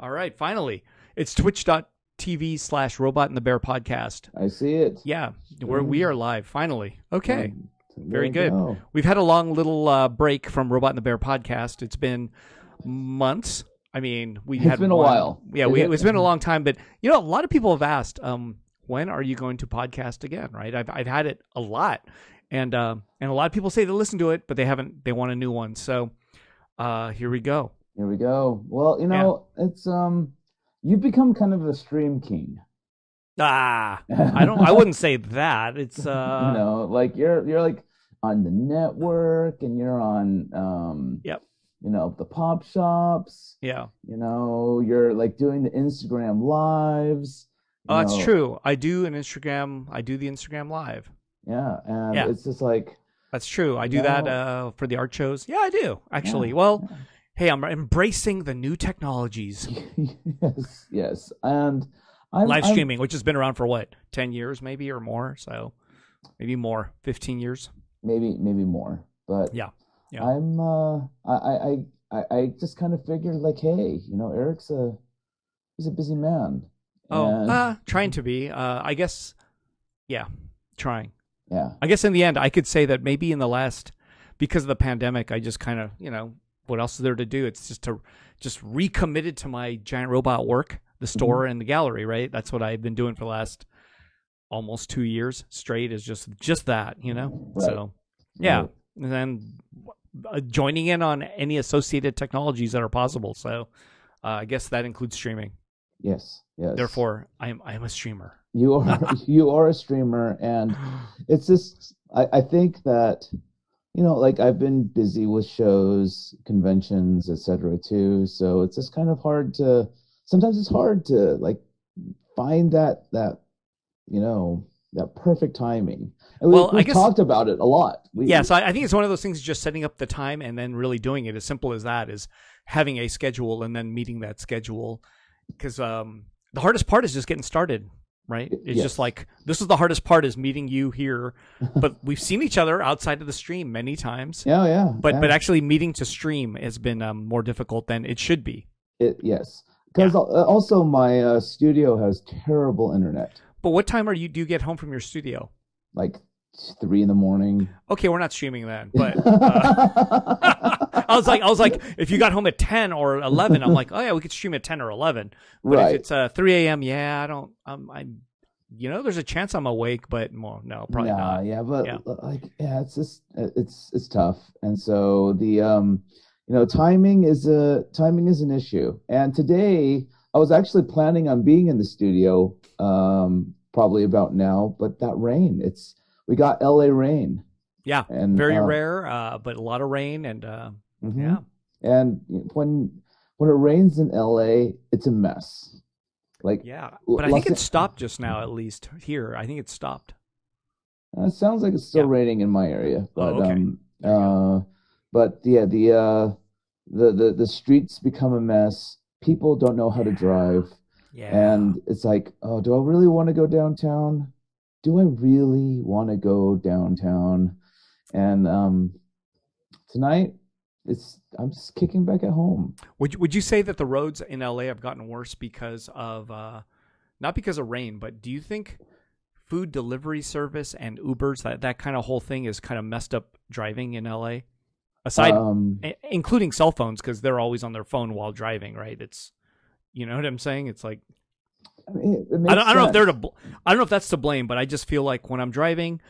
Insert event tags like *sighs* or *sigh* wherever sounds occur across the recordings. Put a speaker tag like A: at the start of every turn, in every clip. A: All right, finally, it's twitch.tv slash robot and the bear podcast.
B: I see it.
A: Yeah, we're, we
B: Mm.
A: are live, finally. Okay.
B: Um,
A: Very
B: there
A: good.
B: we go.
A: We've had a long little uh, break from Robot and the Bear podcast. It's been months. I mean, we
B: It's
A: had
B: been a
A: one-
B: while.
A: Yeah, we, it's been a long time. But you know, a lot of people have asked, um, when are you going to podcast again? Right? I've I've had it a lot, and uh, and a lot of people say they listen to it, but they haven't. They want a new one. So uh, here we go.
B: Here we go. Well, you know, it's um, you've become kind of a stream king.
A: Ah, I don't. I wouldn't say that. It's uh,
B: *laughs* you know, like you're you're like on the network, and you're on um,
A: Yep.
B: You know, the pop shops.
A: yeah.
B: You know, you're like doing the Instagram lives. you
A: Oh, that's
B: know.
A: true. I do an Instagram. I do the Instagram live.
B: Yeah, and
A: Yeah.
B: it's just like *laughs*
A: That's true. I do that
B: No.
A: uh, for the art shows. Yeah, I do actually. Well, hey, I'm embracing the new technologies,
B: yes, yes, and I'm,
A: live
B: I'm-
A: streaming, which has been around for what ten years, maybe or more. So maybe more, fifteen years.
B: maybe maybe more but
A: Yeah, yeah.
B: i'm uh I, I I- i i just kind of figured like hey you know eric's a he's a busy man
A: Oh,
B: And-
A: uh, trying to be. Uh, I guess. Yeah, trying.
B: yeah
A: I guess in the end, I could say that maybe in the last, because of the pandemic, I just kind of, you know, what else is there to do? It's just to just recommitted to my giant robot work,
B: Mm-hmm.
A: the store and the gallery, right? That's what I've been doing for the last almost two years straight. Is just just that, you know.
B: Right.
A: So yeah,
B: Right.
A: and then uh, joining in on any associated technologies that are possible. So uh, I guess that includes streaming.
B: yes yes
A: Therefore, I am I am a
B: *laughs*
A: streamer.
B: you are you are a streamer and it's just I, I think that you know like i've been busy with shows conventions etc too so it's just kind of hard to sometimes it's hard to like find that that you know that perfect timing and we,
A: Well, I
B: we've
A: guess-
B: talked about it a lot we,
A: Yeah, so I, I think it's one of those things just setting up the time and then really doing it. As simple as that is having a schedule and then meeting that schedule. Because um, the hardest part is just getting started, right?
B: Y-
A: It's just
B: yes.
A: like this is the hardest part is meeting you here, but we've seen each other outside of the stream many times.
B: yeah yeah
A: But
B: yeah.
A: but actually meeting to stream has been um, more difficult than it should be.
B: it, yes because also my uh, studio has terrible internet
A: But what time are you do you get home from your studio?
B: like three in the morning
A: Okay, we're not streaming then, but.
B: *laughs*
A: Uh, *laughs* I was like, I was like, if you got home at ten or eleven, I'm like, oh yeah, we could stream at ten or eleven. But
B: Right.
A: if it's uh, three a.m., yeah, I don't. I'm, I'm, you know, there's a chance I'm awake, but well, no, probably
B: Nah,
A: not.
B: Yeah, but
A: Yeah.
B: l- like, yeah, it's just it- it's it's tough, and so the um, you know, timing is a timing is an issue. And today, I was actually planning on being in the studio, um, probably about now, but that rain, it's we got L.A. rain,
A: Yeah,
B: and
A: very
B: uh,
A: rare, uh, but a lot of rain and uh,
B: mhm.
A: yeah,
B: and when when it rains in L.A., it's a mess. Like,
A: yeah.
B: L-
A: But I think
B: Los-
A: it stopped just now, at least here. I think it stopped.
B: Uh, It sounds like it's still
A: Yeah. Oh,
B: raining in my area, but
A: okay.
B: um,
A: There you
B: uh, but yeah, the uh, the the the streets become a mess. People don't know how to drive,
A: Yeah,
B: and it's like, oh, do I really want to go downtown? Do I really want to go downtown? And um, tonight, it's I'm just kicking back at home.
A: would you- would you say that the roads in L.A. have gotten worse because of uh, not because of rain, but do you think food delivery service and Ubers that that kind of whole thing is kind of messed up driving in L.A. Aside
B: Um,
A: I- including cell phones because they're always on their phone while driving right it's you know what i'm saying it's like
B: I mean, it,
A: I
B: it
A: don't,
B: makes
A: I don't know if they're to
B: sense.
A: bl- i don't know if that's to blame but i just feel like when i'm driving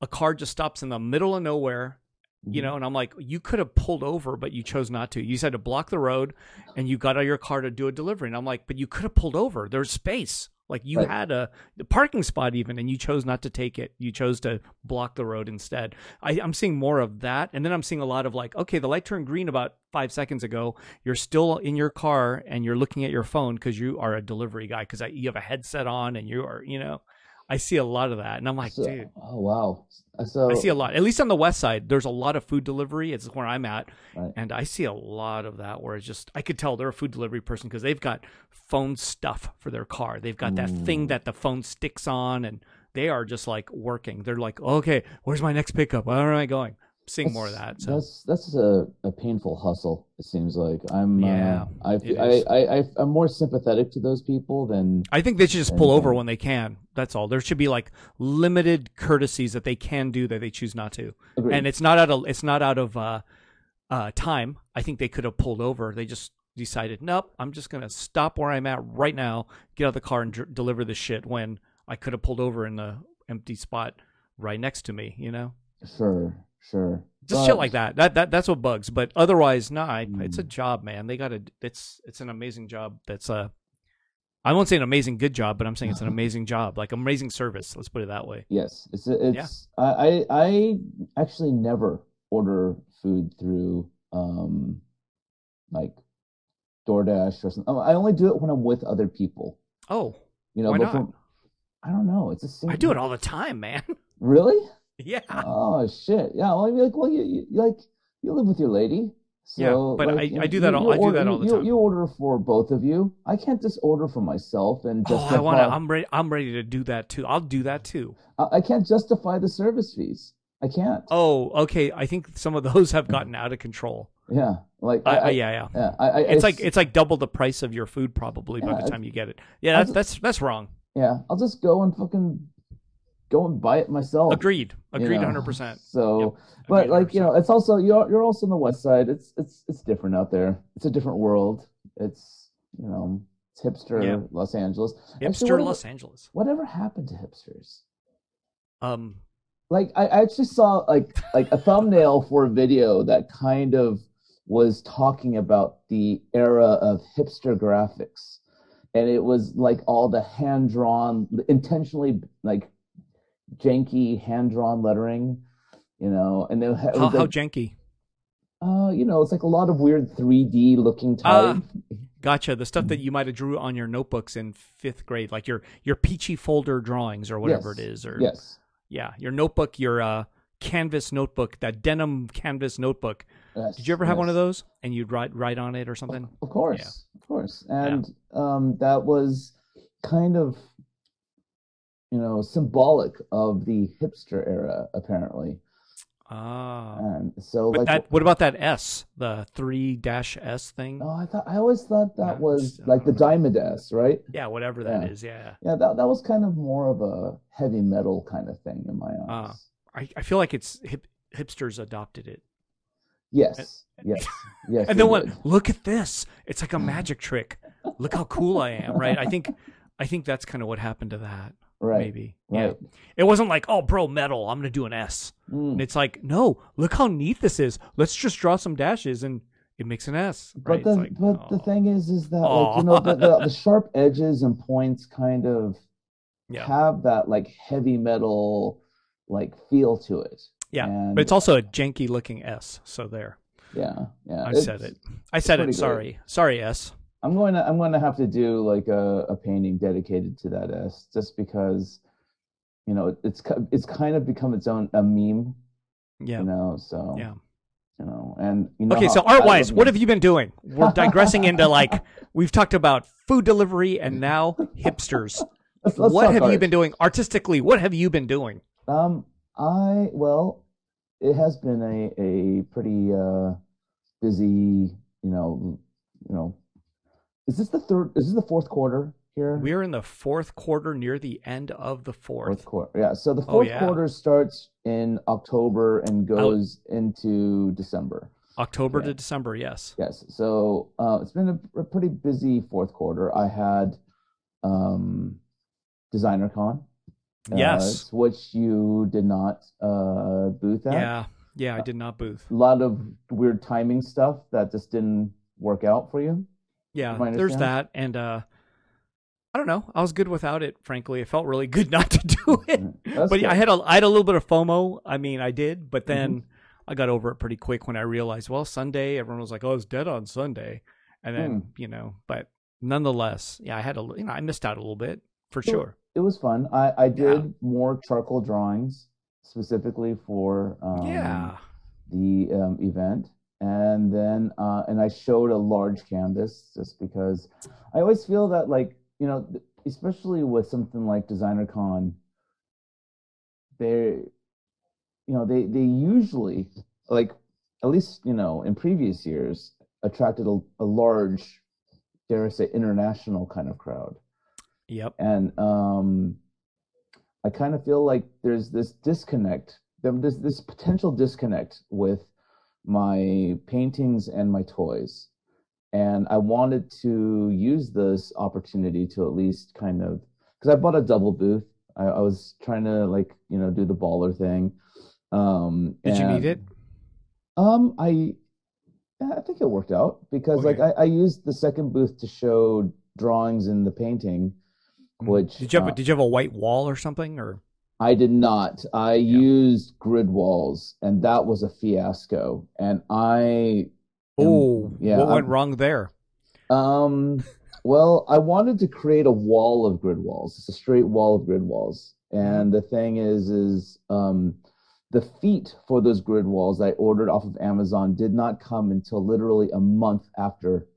A: a car just stops in the middle of nowhere you
B: Mm-hmm.
A: know and i'm like you could have pulled over but you chose not to you just had to block the road and you got out of your car to do a delivery and i'm like but you could have pulled over there's space like you
B: Right.
A: had a the parking spot even and you chose not to take it you chose to block the road instead I, i'm seeing more of that and then i'm seeing a lot of like okay the light turned green about five seconds ago you're still in your car and you're looking at your phone because you are a delivery guy because you have a headset on and you are you know i see a lot of that and i'm like
B: So-
A: dude
B: oh wow, so
A: I see a lot. At least on the west side, there's a lot of food delivery. It's where I'm at,
B: Right.
A: and I see a lot of that. Where it's just, I could tell they're a food delivery person because they've got phone stuff for their car. They've got that
B: Mm.
A: thing that the phone sticks on, and they are just like working. They're like, okay, where's my next pickup? Where am I going? seeing more of that. So
B: That's that's a, a painful hustle. It seems like I'm.
A: Yeah,
B: Uh, I,
A: it
B: I,
A: is.
B: I I I'm more sympathetic to those people than
A: I think they should just pull
B: And,
A: over
B: um,
A: when they can. That's all. There should be like limited courtesies that they can do that they choose not to.
B: Agreed.
A: And it's not out of it's not out of uh, uh, time. I think they could have pulled over. They just decided, nope, I'm just gonna stop where I'm at right now, get out of the car and dr- deliver the shit. When I could have pulled over in the empty spot right next to me, you know,
B: sure sure
A: just
B: But-
A: shit like that. That that that's what bugs. But otherwise, nah, I, it's a
B: Mm.
A: job, man. They got to. It's it's an amazing job. That's a. I won't say an amazing good job, but I'm saying it's an amazing job, like amazing service. Let's put it that way.
B: Yes, it's it's. I I I actually never order food through um like DoorDash or something. I only do it when I'm with other people.
A: Oh,
B: You know,
A: Why
B: but
A: not?
B: from- I don't know. It's a single.
A: I do it all the time, man. *laughs*
B: Really?
A: yeah,
B: Oh shit! Yeah. Well, I'd be like, well, you, you you like you live with your lady,
A: Yeah,
B: so
A: but
B: like,
A: I-
B: you-
A: I do that
B: you-
A: all-
B: you
A: I do
B: order-
A: that all the
B: you-
A: time.
B: You order for both of you. I can't just order for myself and
A: Oh, I
B: justify.
A: want to. I'm ready. I'm ready to do that too. I'll do that too.
B: I- I can't justify the service fees. I can't.
A: Oh, okay. I think some of those have gotten out of control.
B: Yeah. Like
A: I, I, yeah, yeah.
B: Yeah, I, I,
A: It's
B: I-
A: like it's like double the price of your food probably
B: Yeah,
A: by the
B: I-
A: time you get it. Yeah, that's that's that's wrong.
B: yeah. I'll just go and fucking go and buy it myself.
A: Agreed.
B: Oh, you
A: Agreed.
B: know?
A: Hundred percent.
B: So, but like you know, it's also you're you're also on the west side. It's it's it's different out there. It's a different world. It's you know, it's hipster
A: Yeah.
B: Los Angeles. Actually,
A: Hipster
B: whatever-
A: Los Angeles.
B: Whatever happened to hipsters?
A: Um,
B: Like I, I actually saw like like a thumbnail for a video that kind of was talking about the era of hipster graphics. And it was like all the hand drawn, intentionally like janky hand drawn lettering, you know, and then it
A: how,
B: was
A: how
B: like,
A: janky?
B: uh, you know, it's like a lot of weird 3D looking
A: Ah.
B: type.
A: Gotcha. The stuff that you might have drew on your notebooks in fifth grade, like your your peachy folder drawings or whatever
B: Yes.
A: it is, or
B: Yes.
A: yeah, your notebook, your uh, canvas notebook, that denim canvas notebook.
B: yes,
A: Did you ever have one
B: yes.
A: of those? And you'd write write on it or something.
B: Of course, of course, and um, that was kind of, you know, symbolic of the hipster era, apparently.
A: Ah,
B: And so,
A: but
B: Oh. like,
A: that. What about that S? The three dash S thing.
B: oh, I thought I always thought that
A: No,
B: was
A: it's- I
B: like the
A: don't know.
B: Diamond S, right?
A: Yeah, whatever that
B: Yeah.
A: is. yeah.
B: Yeah, that that was kind of more of a heavy metal kind of thing in my
A: Ah.
B: eyes.
A: I, I feel like it's hip, hipsters adopted it.
B: Yes,
A: *laughs*
B: yes, yes.
A: and then
B: it
A: what?
B: did.
A: Look at this! It's
B: *laughs*
A: like a magic trick. Look how cool I am, right? I think, I think that's kind of what happened to that.
B: Right,
A: Maybe, yeah.
B: right.
A: It wasn't like, oh, bro, metal. I'm gonna do an S.
B: Mm.
A: And it's like, no, look how neat this is. Let's just draw some dashes, and it makes an S. Right?
B: But the
A: it's like, oh,
B: but the
A: aw.
B: thing is, is that like
A: Aw.
B: you know the,
A: *laughs*
B: the, the sharp edges and points kind of
A: yeah,
B: have that like heavy metal like feel to it.
A: yeah.
B: and-
A: But it's also a janky looking S. So there,
B: Yeah, yeah.
A: I
B: it's-
A: said it. I said
B: pretty
A: it.
B: great.
A: Sorry, sorry, S.
B: I'm going to I'm going to have to do like a, a painting dedicated to that S, just because you know it, it's ki- it's kind of become its own a meme,
A: Yeah,
B: you know. So
A: yeah.
B: you know, and you know.
A: Okay,
B: how
A: so
B: I love
A: art wise, what
B: memes.
A: have you been doing?
B: *laughs*
A: We're digressing into like we've talked about food delivery and now
B: *laughs*
A: hipsters.
B: Let's- let's
A: What
B: talk
A: have you
B: art.
A: been doing artistically? What have you been doing?
B: Um, I well, it has been a a pretty uh busy, you know, you know. Is this the third? Is this the fourth quarter here?
A: We're in the fourth quarter near the end of the
B: Fourth
A: fourth.
B: quarter, yeah. So the
A: Oh,
B: fourth
A: yeah.
B: quarter starts in October and goes into December.
A: October
B: Yeah.
A: to December, yes.
B: Yes. So uh, it's been a, a pretty busy fourth quarter. I had um, Designer Con, uh,
A: Yes.
B: which you did not uh, booth at.
A: Yeah. Yeah,
B: Uh,
A: I did not booth.
B: a lot of weird timing stuff that just didn't work out for you.
A: Yeah,
B: my
A: there's that and uh I don't know. I was good without it, frankly. It felt really good *laughs* not to do
B: *laughs*
A: it.
B: That's
A: *laughs*
B: Mm-hmm.
A: but yeah, I
B: good.
A: had a I had a little bit of FOMO. I mean, I did, but then I got over it pretty quick when I realized, well, Sunday, everyone was like, "Oh, it's dead on Sunday," and then
B: Hmm.
A: you know, but nonetheless, yeah, I had a li- you know I missed out a little bit for
B: Sure.
A: sure.
B: it was fun. I, I did more charcoal drawings specifically for um,
A: yeah,
B: the um, event, and then uh, and I showed a large canvas just because I always feel that like you know th- especially with something like Designer Con, they you know they they usually like at least you know in previous years attracted a, a large dare i say international kind of crowd
A: Yep.
B: and um i kind of feel like there's this disconnect there- there's this potential disconnect with my paintings and my toys and i wanted to use this opportunity to at least kind of because i bought a double booth I, I was trying to like you know do the baller thing um
A: Did you
B: and-
A: need it?
B: um, I yeah, I think it worked out because like
A: Okay.
B: I, I used the second booth to show drawings in the painting, which
A: Did you have
B: uh,
A: a, did you have a white wall or something or
B: I did not. I
A: Yeah.
B: used grid walls, and that was a fiasco. And I Um,
A: Oh,
B: yeah,
A: what went
B: I'm-
A: wrong there? *laughs*
B: um well, I wanted to create a wall of grid walls. It's a straight wall of grid walls.
A: Mm-hmm.
B: And the thing is is um the feet for those grid walls I ordered off of Amazon did not come until literally a month after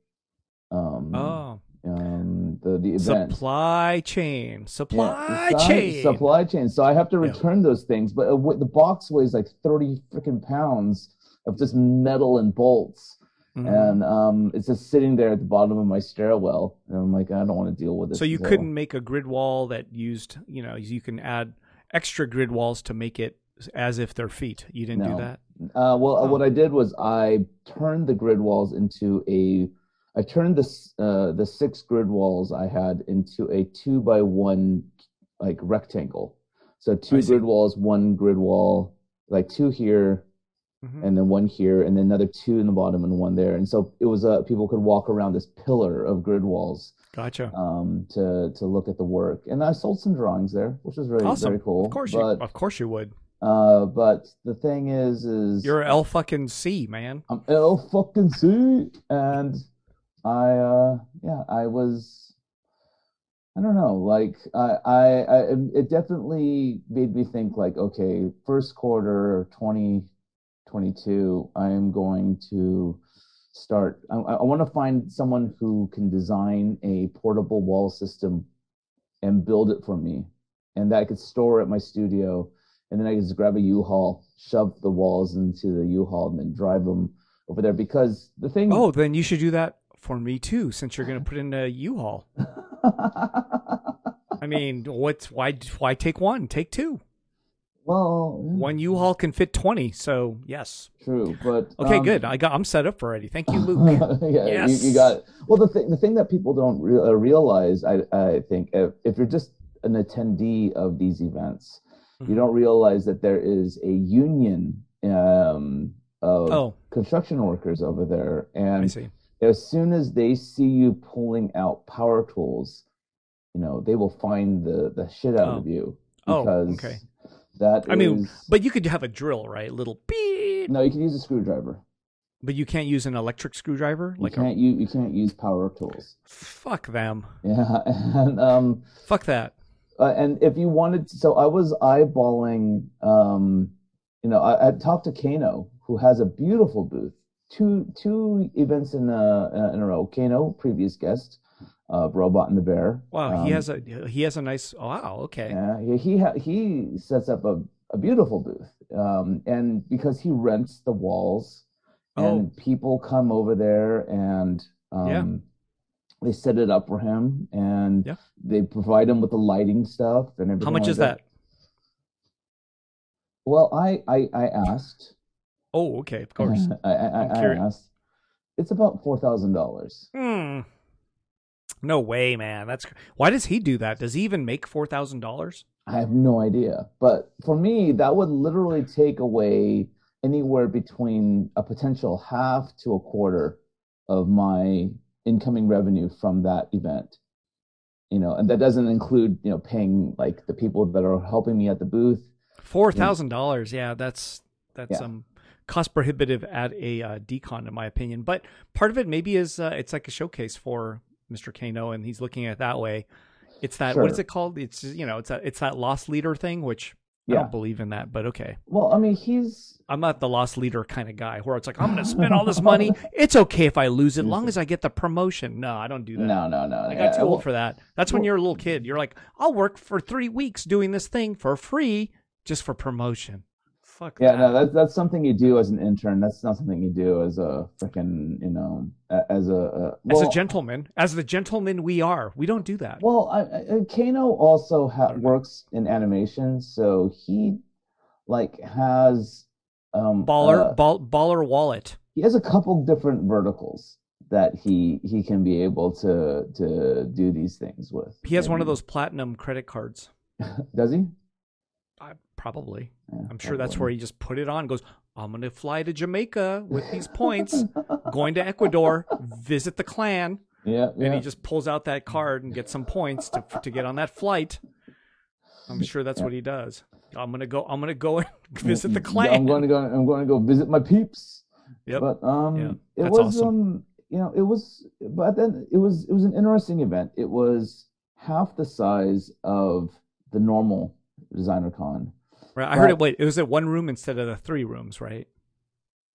B: um
A: Oh,
B: um, the the event.
A: supply chain,
B: Yeah,
A: supply
B: supply-
A: chain.
B: Supply chain. So I have to
A: Yeah.
B: return those things, but uh, what, the box weighs like thirty freaking pounds of just metal and bolts,
A: Mhm.
B: and um, it's just sitting there at the bottom of my stairwell, and I'm like, I don't want to deal with this.
A: So you couldn't make a grid wall that used, you know, you can add extra grid walls to make it as if they're feet. You didn't do
B: No.
A: that.
B: Uh, well, uh,
A: Oh.
B: what I did was I turned the grid walls into a. I turned this uh, the six grid walls I had into a two by one like rectangle. So two
A: I see.
B: grid walls, one grid wall, like two here,
A: Mhm.
B: and then one here, and then another two in the bottom and one there. And so it was uh, people could walk around this pillar of grid walls
A: Gotcha.
B: um, to to look at the work. And I sold some drawings there, which was very
A: Awesome.
B: very cool.
A: Of course you,
B: but
A: of course you would.
B: uh, but the thing is, is
A: You're L fucking C, man.
B: I'm ill fucking suit, and I uh yeah, I was I don't know, like I, I I it definitely made me think like, okay, first quarter twenty twenty two, I am going to start I, I want to find someone who can design a portable wall system and build it for me and that I could store at my studio and then I could just grab a U-Haul, shove the walls into the U-Haul, and then drive them over there. Because the thing,
A: Oh, then you should do that for me too, since you're
B: *laughs*
A: going to put in a U-Haul. I
B: *laughs*
A: mean, what's why? Why take one? Take two.
B: well, yeah,
A: One U-Haul can fit twenty. So yes.
B: true, but
A: Okay,
B: um,
A: good. I got. I'm set up already. Thank you,
B: *laughs*
A: Luke.
B: yeah,
A: Yes.
B: you, you got. Well, the thing, the thing that people don't re- uh, realize, I, I think, if, if you're just an attendee of these events, you
A: Mhm.
B: don't realize that there is a union um, of
A: Oh,
B: construction workers over there,
A: I
B: and
A: see.
B: as soon as they see you pulling out power tools, you know, they will find the, the shit out of you.
A: Oh,
B: Because
A: okay.
B: that
A: I mean,
B: is-
A: But you could have a drill, right? Little beep.
B: no, you can use a screwdriver.
A: But you can't use an electric screwdriver.
B: You
A: Like a
B: can't you, you can't use power tools. *laughs*
A: fuck them.
B: Yeah, and um,
A: Fuck that.
B: uh, and if you wanted, to, so I was eyeballing. Um, you know, I, I talked to Kano, who has a beautiful booth. Two two events in a in a row. Kano, previous guest, uh, of Robot and the Bear.
A: Wow, he
B: Um,
A: has a he has a nice. Wow. Okay.
B: Yeah, he he, ha- he sets up a, a beautiful booth, um, and because he rents the walls,
A: Oh,
B: and people come over there and um,
A: Yeah.
B: they set it up for him, and
A: Yeah.
B: they provide him with the lighting stuff and everything.
A: How much
B: like
A: is that?
B: Well, I I, I asked.
A: Oh, okay. Of course.
B: *laughs* I I,
A: I'm
B: I, I
A: curious.
B: asked. It's about four thousand dollars.
A: Hmm. No way, man. That's cr- why does he do that? Does he even make four thousand dollars?
B: I have no idea. But for me, that would literally take away anywhere between a potential half to a quarter of my incoming revenue from that event. You know, and that doesn't include, you know, paying like the people that are helping me at the booth.
A: Four thousand dollars. Yeah, that's that's
B: Yeah.
A: um cost prohibitive at a uh, decon in my opinion. But part of it maybe is uh, it's like a showcase for Mr. Kano, and he's looking at it that way. It's that what is
B: Sure.
A: it called? It's you know it's that it's that lost leader thing, which I
B: Yeah.
A: don't believe in that. But okay,
B: Well, I mean, he's
A: I'm not the lost leader kind of guy where it's like I'm going to spend all this money. It's okay if I lose it, long as I get the promotion. No, I don't do that.
B: no, no, no.
A: I got too old for that. That's when
B: well-
A: you're a little kid. You're like, I'll work for three weeks doing this thing for free just for promotion. fuck.
B: Yeah,
A: that.
B: no, that's that's something you do as an intern. That's not something you do as a freaking, you know, a- as a uh,
A: as
B: well,
A: a gentleman, as the gentleman we are, we don't do that.
B: Well, I, I- I- Kano also
A: I
B: ha-
A: don't know.
B: works in animation, so he like has um
A: Baller,
B: uh,
A: ball, baller wallet.
B: he has a couple different verticals that he he can be able to to do these things with.
A: He has one of
B: Maybe-
A: those platinum credit cards.
B: *laughs* Does he?
A: I, probably.
B: Yeah,
A: I'm sure that's
B: probably.
A: where he just put it on. and Goes, I'm gonna fly to Jamaica with these points. going to Ecuador, visit the clan,
B: Yeah,
A: and
B: yeah.
A: he just pulls out that card and gets some points to to get on that flight. I'm sure that's what he does. I'm gonna go. I'm gonna go and *laughs* visit the
B: Yeah,
A: clan.
B: I'm going to go. I'm going to go visit my peeps.
A: Yep.
B: But um,
A: Yeah,
B: it
A: that's
B: was
A: awesome.
B: um, you know, it was. But then it was it was an interesting event. It was half the size of the normal designer con.
A: right. I heard
B: but-
A: it. Wait, it was at one room instead of the three rooms, right?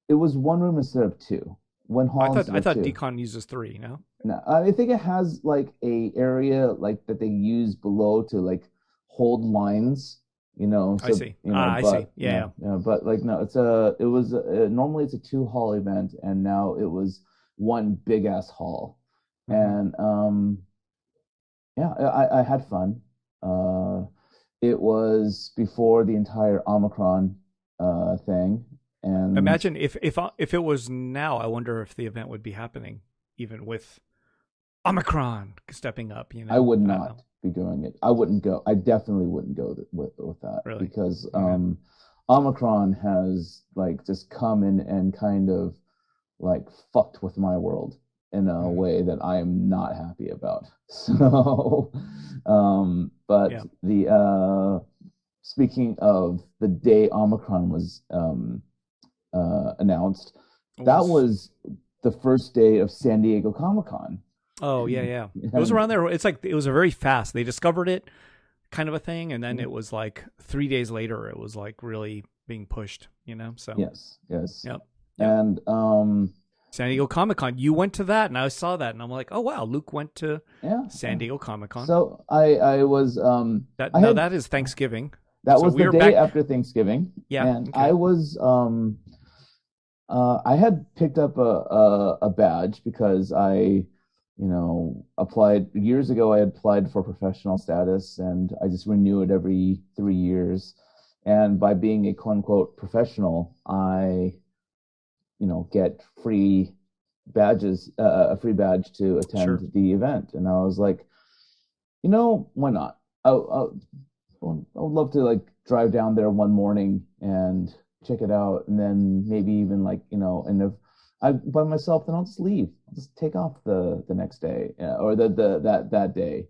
B: It was one room instead of two. One hall
A: I thought
B: instead
A: I
B: of
A: thought
B: two.
A: Decon uses three. No,
B: No, I think it has like a area like that they use below to like hold lines, you know.
A: I see.
B: you know,
A: Ah, I
B: but,
A: see. Yeah,
B: yeah, yeah, But like, no, it's a. It was a, normally it's a two hall event, and now it was one big ass hall,
A: Mhm.
B: and um, yeah, I I- I had fun. Uh, it was before the entire Omicron uh thing, and
A: imagine if if I- if it was now. I wonder if the event would be happening even with Omicron stepping up. You know,
B: I would
A: don't
B: not
A: know.
B: be doing it. I wouldn't go. I definitely wouldn't go th- with with that
A: Really?
B: because
A: Okay.
B: um, Omicron has like just come in and kind of like fucked with my world in a
A: Mhm.
B: way that I am not happy about. *laughs* So, um, but
A: Yeah.
B: the uh, speaking of the day Omicron was um, uh, announced, that was the first day of San Diego Comic Con.
A: Oh yeah, yeah. It was around there. It's like it was a very fast. They discovered it, kind of a thing, and
B: Mm.
A: then it was like three days later. It was like really being pushed. You know, so
B: Yes, yes.
A: Yep, yep.
B: And um,
A: San Diego Comic Con. You went to that, and I saw that, and I'm like, oh wow, Luke went to
B: yeah.
A: San Diego Comic Con.
B: So I I was um
A: that,
B: I
A: now
B: had-
A: that is Thanksgiving.
B: that
A: So
B: was
A: we
B: the
A: were
B: day
A: back-
B: after Thanksgiving.
A: Yeah,
B: And
A: okay.
B: I was um uh I had picked up a, a a badge because I you know applied years ago I applied for professional status and I just renew it every three years. And by being a quote unquote professional, I you know get free badges uh, a free badge to attend
A: Sure.
B: the event and i was like you know why not I, I, I would love to like drive down there one morning and check it out and then maybe even like you know and if i by myself then i'll just leave i'll just take off the the next day uh, or the, the that that day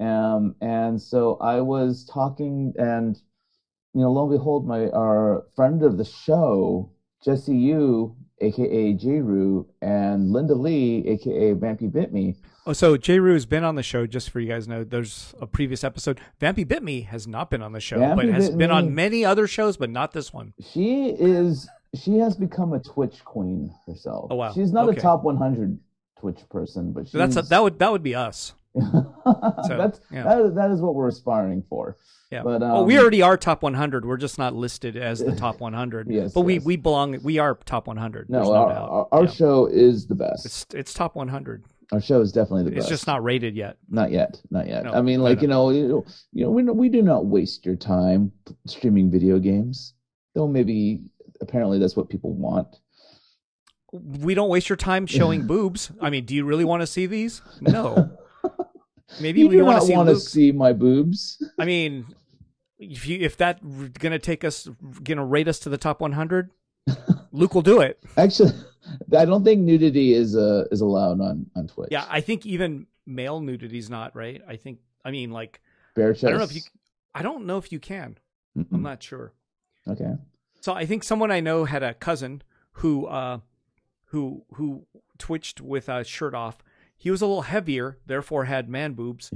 B: um and so i was talking and you know lo and behold my our friend of the show jesse yu aka jiru and linda lee aka vampy bit me
A: Oh, so J. Rue has been on the show. Just for you guys to know, there's a previous episode. Vampy Bit Me has not been on the show, but
B: Vampy
A: has
B: Bit
A: been
B: Me.
A: on many other shows, but not this one.
B: She is. She has become a Twitch queen herself.
A: Oh, wow.
B: She's not
A: Okay.
B: a top 100 Twitch person, but she's
A: So that's a,
B: *laughs*
A: that would that would be us. so,
B: Uh, that's
A: yeah.
B: that is, that is what we're aspiring for.
A: Yeah.
B: But,
A: oh, we
B: um,
A: already are top 100. We're just not listed as the top 100.
B: *laughs* Yes,
A: But we,
B: yes.
A: we belong. We are top 100.
B: No,
A: There's no
B: our,
A: doubt.
B: our, our
A: Yeah.
B: show is the best.
A: It's it's top 100.
B: our show is definitely the
A: It's
B: best.
A: just not rated yet.
B: not yet, not yet.
A: No,
B: I mean,
A: I
B: like you know, you you know, we we do not waste your time streaming video games. Though maybe apparently that's what people want.
A: We don't waste your time
B: *laughs*
A: showing boobs. I mean, do you really want to see these? No. Maybe
B: you
A: we
B: do
A: want
B: not
A: to see
B: want to
A: Luke.
B: see my boobs. *laughs*
A: I mean, if you if that r- gonna take us, gonna rate us to the top 100, Luke will do it.
B: Actually, I don't think nudity is uh, is allowed on on Twitch.
A: Yeah, I think even male nudity's not right. I think. I mean, like,
B: bare chest.
A: I don't know if you. I don't know if you can. I'm
B: Hmm.
A: not sure.
B: Okay.
A: So I think someone I know had a cousin who uh who who twitched with a shirt off. He was a little heavier, therefore had man boobs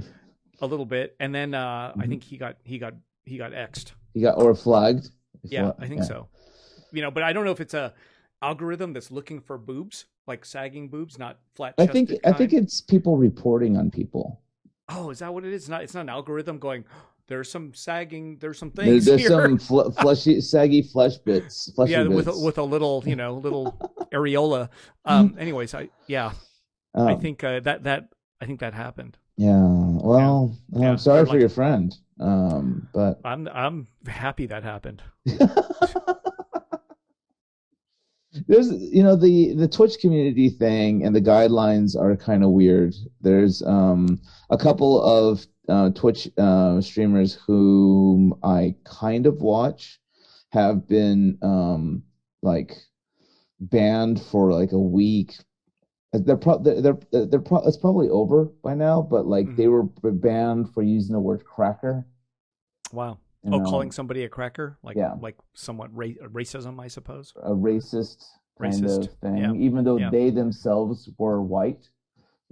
A: a little bit, and then uh I
B: Mhm.
A: think he got he got he got xed.
B: You got or flagged. If
A: Yeah,
B: you want-
A: I think
B: yeah.
A: so. You know, but I don't know if it's a algorithm that's looking for boobs, like sagging boobs, not flat.
B: I think I think it's people reporting on people.
A: Oh, is that what it is? It's not it's not an algorithm going. There's some sagging. There's some
B: There,
A: things
B: there's
A: here.
B: some fl- fleshy, saggy flesh bits.
A: *laughs*
B: Fleshy
A: yeah,
B: bits.
A: with a, with a little you know
B: *laughs*
A: little areola. Um.
B: Mm-hmm.
A: Anyways, I yeah, I
B: Um,
A: think uh, that that I think that happened.
B: Yeah. Well,
A: Yeah,
B: I'm sorry
A: they're
B: for
A: like-
B: your friend. Um, but
A: I'm I'm happy that happened.
B: there's you know the the Twitch community thing and the guidelines are kind of weird. There's um a couple of uh, Twitch uh, streamers whom I kind of watch have been um like banned for like a week. Uh, They're pro- they're they're, they're pro- it's probably over by now, but like
A: Mhm.
B: they were banned for using the word cracker.
A: Wow.
B: you
A: Oh,
B: know.
A: calling somebody a cracker, like
B: Yeah.
A: like somewhat ra- racism, I suppose.
B: a racist kind
A: Racist,
B: of thing,
A: yeah,
B: even though
A: yeah.
B: they themselves were white.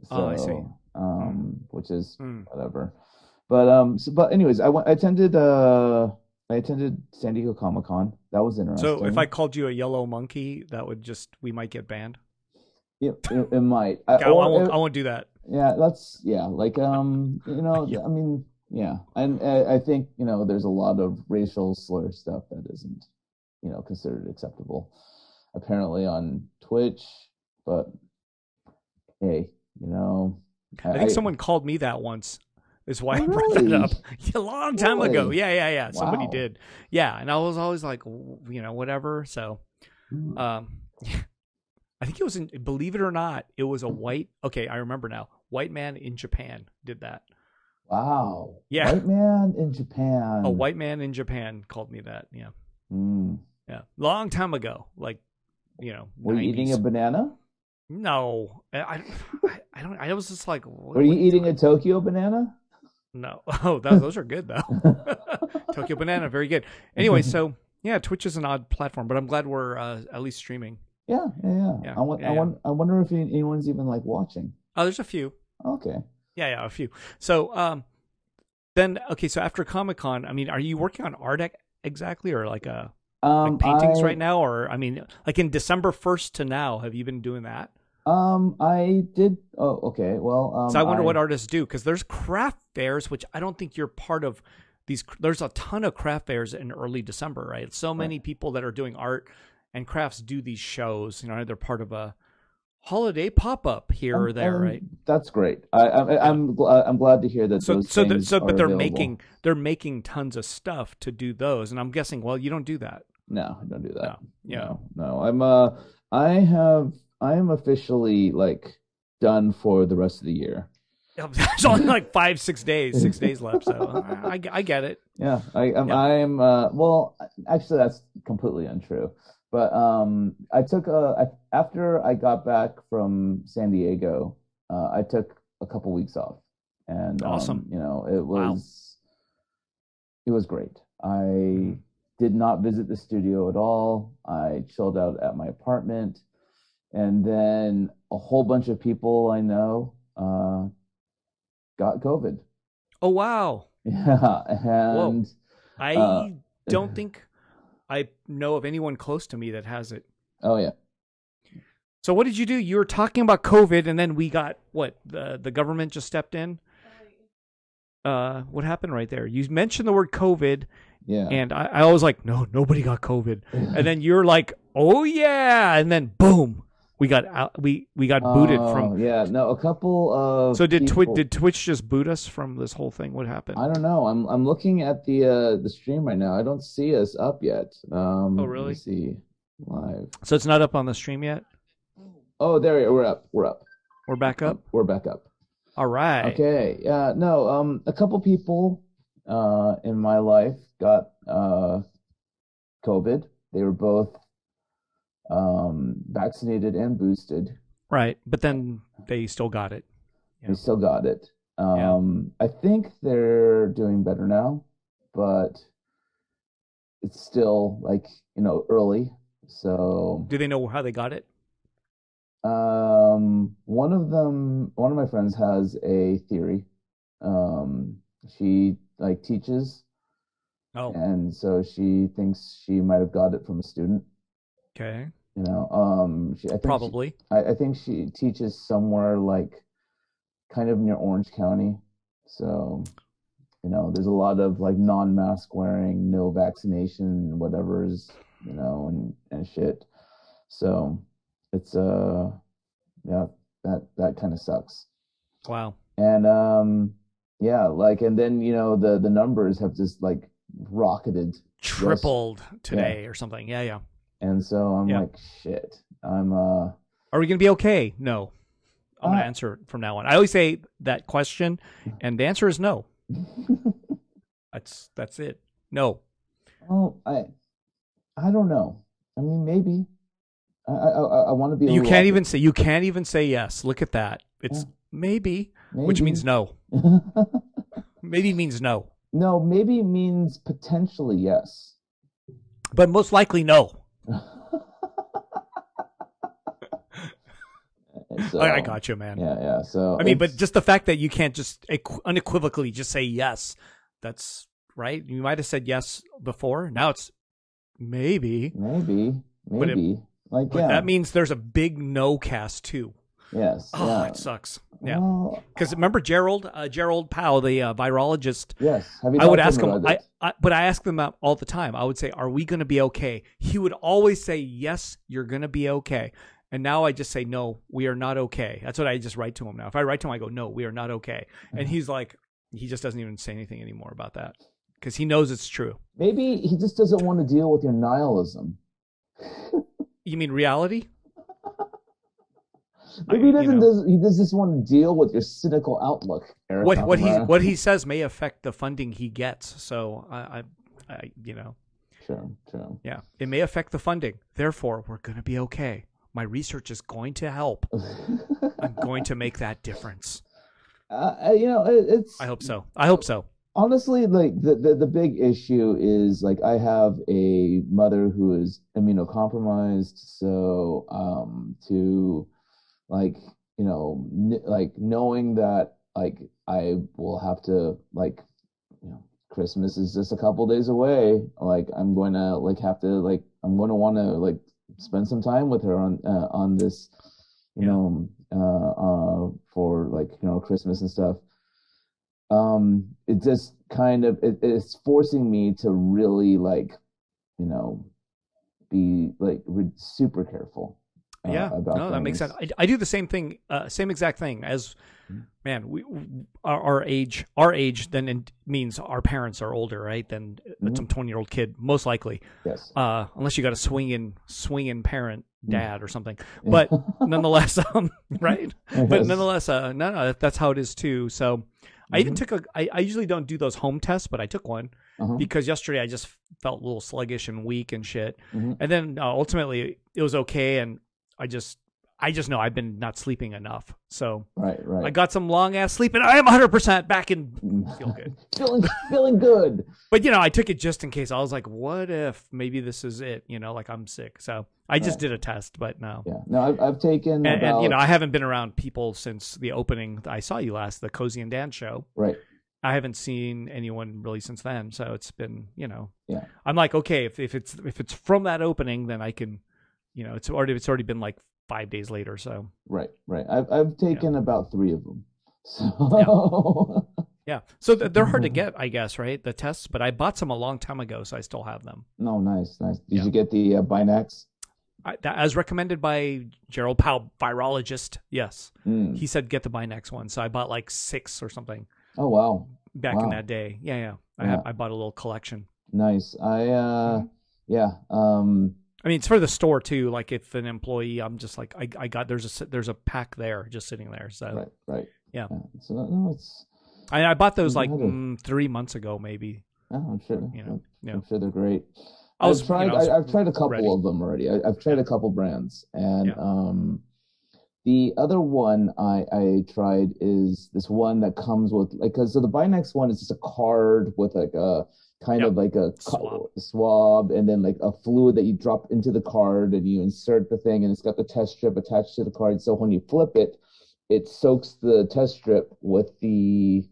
B: So,
A: Oh, I see.
B: Um, which is
A: Hmm.
B: whatever. But um, so, but anyways, I went. I attended. Uh, I attended San Diego Comic Con. That was interesting.
A: So if I called you a yellow monkey, that would just we might get banned.
B: it, it, it might. I,
A: I,
B: Uh, or
A: I won't.
B: it-
A: I won't do that.
B: yeah, that's yeah. Like um, you know,
A: Yeah.
B: I mean, yeah, and uh, I, I think you know, there's a lot of racial slur stuff that isn't, you know, considered acceptable, apparently on Twitch. But hey, you know, Oh,
A: I think someone called me that once. Is why I brought *laughs*
B: Really?
A: that up *laughs* a long time ago.
B: Really?
A: Yeah, yeah, yeah. Somebody
B: Wow.
A: did. Yeah, and I was always like, w- you know, whatever. So,
B: Hmm.
A: um, *laughs* I think it was in. Believe it or not, it was a white. Okay, I remember now. White man in Japan did that.
B: wow,
A: Yeah.
B: white man in Japan,
A: A white man in Japan called me that. Yeah,
B: Hmm.
A: yeah. Long time ago, like you know,
B: Were you eating
A: 90s.
B: a banana?
A: No, I, I, I don't. I was just like,
B: Were you eating a Tokyo banana?
A: *laughs* No. Oh, those, those are good though. *laughs* Tokyo Banana, very good. Anyway, so yeah, Twitch is an odd platform, but I'm glad we're uh, at least streaming.
B: *laughs* Yeah, yeah, yeah.
A: Yeah,
B: I want.
A: yeah,
B: I
A: yeah.
B: want. I wonder if anyone's even like watching.
A: Oh, there's a few.
B: Okay.
A: Yeah, yeah, a few. So um, then okay, so after Comic Con, I mean, are you working on art ex- exactly, or like uh, like
B: Um,
A: paintings
B: I-
A: right now, or I mean, like in December first to now, have you been doing that?
B: Um, I did. Oh, okay. Well, um,
A: so I wonder what artists do because there's craft fairs, which I don't think you're part of. These there's a ton of craft fairs in early December, right? So many people that are doing art and crafts do these shows. You know, they're part of a holiday pop up here or
B: um,
A: there,
B: um,
A: right?
B: That's great. I, I, I'm gl- uh, I'm glad to hear that
A: So
B: those
A: so the,
B: things
A: so
B: are
A: but they're
B: available.
A: making they're making tons of stuff to do those, and I'm guessing well you don't do that.
B: No, don't do that.
A: Yeah.
B: No, no. I'm uh, I have I am officially like done for the rest of the year.
A: *laughs* There's only
B: *laughs*
A: like five six days six days left, so I, I get it.
B: Yeah, I am.
A: Yeah.
B: I am. Uh, well, actually, that's completely untrue. But um, I took a I, after I got back from San Diego, uh, I took a couple weeks off, and um,
A: Awesome.
B: you know, it
A: Wow.
B: was it was great.
A: Mm-hmm.
B: I did not visit the studio at all. I chilled out at my apartment, and then a whole bunch of people I know uh, got COVID. *laughs*
A: Oh wow,
B: Yeah, and.
A: I
B: Uh,
A: don't think I know of anyone close to me that has it.
B: Oh yeah.
A: So what did you do? You were talking about COVID, and then we got what the the government just stepped in. Uh, what happened right there? You mentioned the word COVID,
B: Yeah.
A: and I, I was like, no, nobody got COVID, and then you're like, oh yeah, and then boom, we got out, we we got booted
B: Oh,
A: from.
B: yeah no a couple of
A: So did Twitch
B: people-
A: did Twitch just boot us from this whole thing? What happened?
B: I don't know I'm I'm looking at the uh the stream right now I don't see us up yet um
A: Oh,
B: let
A: really?
B: me see live
A: So it's not up on the stream yet.
B: oh there we are. we're up we're up um,
A: We're back up.
B: we're back up
A: All right.
B: okay yeah no um a couple people uh in my life got uh COVID they were both um vaccinated and boosted
A: Right, but then they still got it.
B: They
A: Yeah.
B: still got it.
A: Yeah.
B: Um, I think they're doing better now, but it's still like, you know, early. So,
A: Do they know how they got it?
B: um, one of them, one of my friends has a theory. Um, she like teaches,
A: Oh,
B: and so she thinks she might have got it from a student.
A: okay,
B: You know, um, she, I think she-
A: probably.
B: I, I think she teaches somewhere like kind of near Orange County. So you know there's a lot of like non-mask wearing no vaccination whatever's you know and and shit so it's uh yeah that that kind of sucks
A: Wow.
B: and um yeah like and then you know the the numbers have just like rocketed
A: Tripled today or something. Yeah, yeah.
B: and so i'm
A: Yeah.
B: like shit i'm uh *laughs*
A: Are we going to be okay? No. I'm going
B: Uh,
A: to answer it from now on. I always say that question, and the answer is no. that's that's it. No.
B: oh i i don't know i mean maybe i i i, I want to be a
A: You
B: little
A: can't even say you can't even say yes. Look at that. It's
B: Yeah.
A: maybe,
B: optimistic.
A: which
B: Maybe. *laughs*
A: means no. Maybe means no,
B: no maybe means potentially yes
A: but most likely no.
B: Eh, So,
A: I, I got you, man.
B: Yeah, yeah. So
A: I mean, but
B: it's-
A: just the fact that you can't just equ- unequivocally just say yes. That's right. You might have said yes before. Now it's maybe,
B: maybe,
A: But it-
B: maybe, like
A: but
B: yeah,
A: that means there's a big no cast too.
B: yes,
A: Oh,
B: yeah.
A: it sucks. Yeah.
B: Well,
A: Because remember Gerald, uh, Gerald Powell, the uh, virologist.
B: yes. Have you
A: I would
B: talked
A: ask
B: to
A: him.
B: about
A: I,
B: it?
A: I, but I ask them out all the time. I would say, "Are we going to be okay?" He would always say, "Yes, you're going to be okay." And now I just say, "No, we are not okay." That's what I just write to him now. If I write to him, I go, "No, we are not okay,"
B: Mm-hmm.
A: and he's like, he just doesn't even say anything anymore about that because he knows it's true.
B: Maybe he just doesn't want to deal with your nihilism.
A: You mean reality?
B: *laughs*
A: you
B: Maybe he doesn't.
A: know.
B: does, he does just want to deal with your cynical outlook. Eric
A: What what he
B: Nakamura.
A: what he says may affect the funding he gets. So I, I, I you know.
B: Sure, sure.
A: Yeah, it may affect the funding. Therefore, we're going to be okay. My research is going to help. I'm going to make that difference.
B: *laughs* Uh, you know, it, it's.
A: I hope so. I hope so.
B: honestly like the, the the big issue is like i have a mother who is immunocompromised so um to like you know kn- like knowing that like i will have to like you know christmas is just a couple days away like i'm going to like have to like i'm going to want to like spend some time with her on uh, on this you
A: Yeah.
B: know um, uh uh for like you know christmas and stuff um it just kind of it, it's forcing me to really like you know be like re- super careful uh,
A: yeah, no,
B: about
A: that makes
B: things.
A: sense. I, I do the same thing, uh, same exact thing as man. We our, our age, our age then in, means our parents are older, right? Than uh,
B: Mhm.
A: some twenty year old kid, most likely,
B: yes
A: uh, unless you got a swinging swinging parent, dad or something.
B: *laughs*
A: But nnonetheless, *laughs* um, right? but
B: Yes.
A: nonetheless, uh, no, no, that- that's how it is too. So I even
B: Mhm.
A: took a. I, I usually don't do those home tests, but I took one
B: Uh-huh.
A: because yesterday I just felt a little sluggish and weak and shit.
B: Mhm.
A: And then uh, ultimately it was okay, and I just, I just know I've been not sleeping enough. So
B: right right
A: I got some long ass sleep, and I am 100 percent back in.
B: *laughs*
A: *laughs*
B: Mm.
A: Feel good.
B: feeling feeling good
A: But you know, I took it just in case. I was like, what if maybe this is it? You know, like I'm sick. So I just
B: Right.
A: did a test, but no.
B: yeah no i've, I've taken
A: And,
B: about
A: and you know, I haven't been around people since the opening. I saw you last, the Cozy and Dan show.
B: right
A: I haven't seen anyone really since then, so it's been you know.
B: Yeah.
A: I'm like, okay, if if it's if it's from that opening, then I can, you know, it's already it's already been like five days later, so
B: right right i've, I've taken about three of them *laughs* so
A: yeah. So th- they're hard to
B: Mm-hmm.
A: get, I guess, right? The tests, but I bought some a long time ago, so I still have them.
B: *laughs* no nice nice did
A: Yeah.
B: you get the uh, binax
A: I, that, as recommended by Gerald Powell, virologist. Yes,
B: Mm.
A: he said get the Binex one, so I bought like six or something
B: oh wow
A: back in
B: Wow.
A: that day. Yeah, yeah. I
B: Yeah.
A: have, I bought a little collection.
B: nice i uh
A: Mm-hmm.
B: yeah um
A: I mean, it's for the store too. Like if an employee, I'm just like, I, I got there's a s- there's a pack there just sitting there. So
B: right right
A: Yeah.
B: so no it's
A: I, I bought those like
B: Mhm.
A: mm, three months ago, maybe.
B: oh, i'm sure
A: You know, yeah.
B: i'm sure they're great
A: I was
B: I've tried.
A: you know, I was
B: I, I've tried a couple
A: ready.
B: of them already. I, I've tried a couple brands, and
A: Yeah.
B: um, the other one I, I tried is this one that comes with like 'cause- so the Binex one is just a card with like a kind
A: Yep.
B: of like a
A: Swab.
B: co- swab, and then like a fluid that you drop into the card, and you insert the thing, and it's got the test strip attached to the card. So when you flip it, it soaks the test strip with the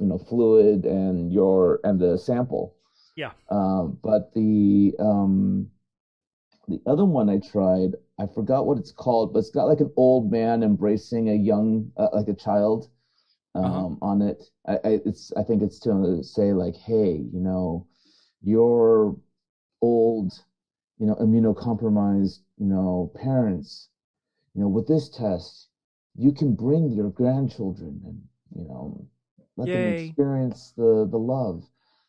B: you know fluid and your and the sample
A: Yeah.
B: um but the um the other one i tried i forgot what it's called but it's got like an old man embracing a young uh, like a child um,
A: Uh-huh.
B: on it. I, I it's I think it's to say like, hey, you know, your old, you know, immunocompromised, you know, parents, you know, with this test, you can bring your grandchildren and you know, let them
A: Yay.
B: experience the the love.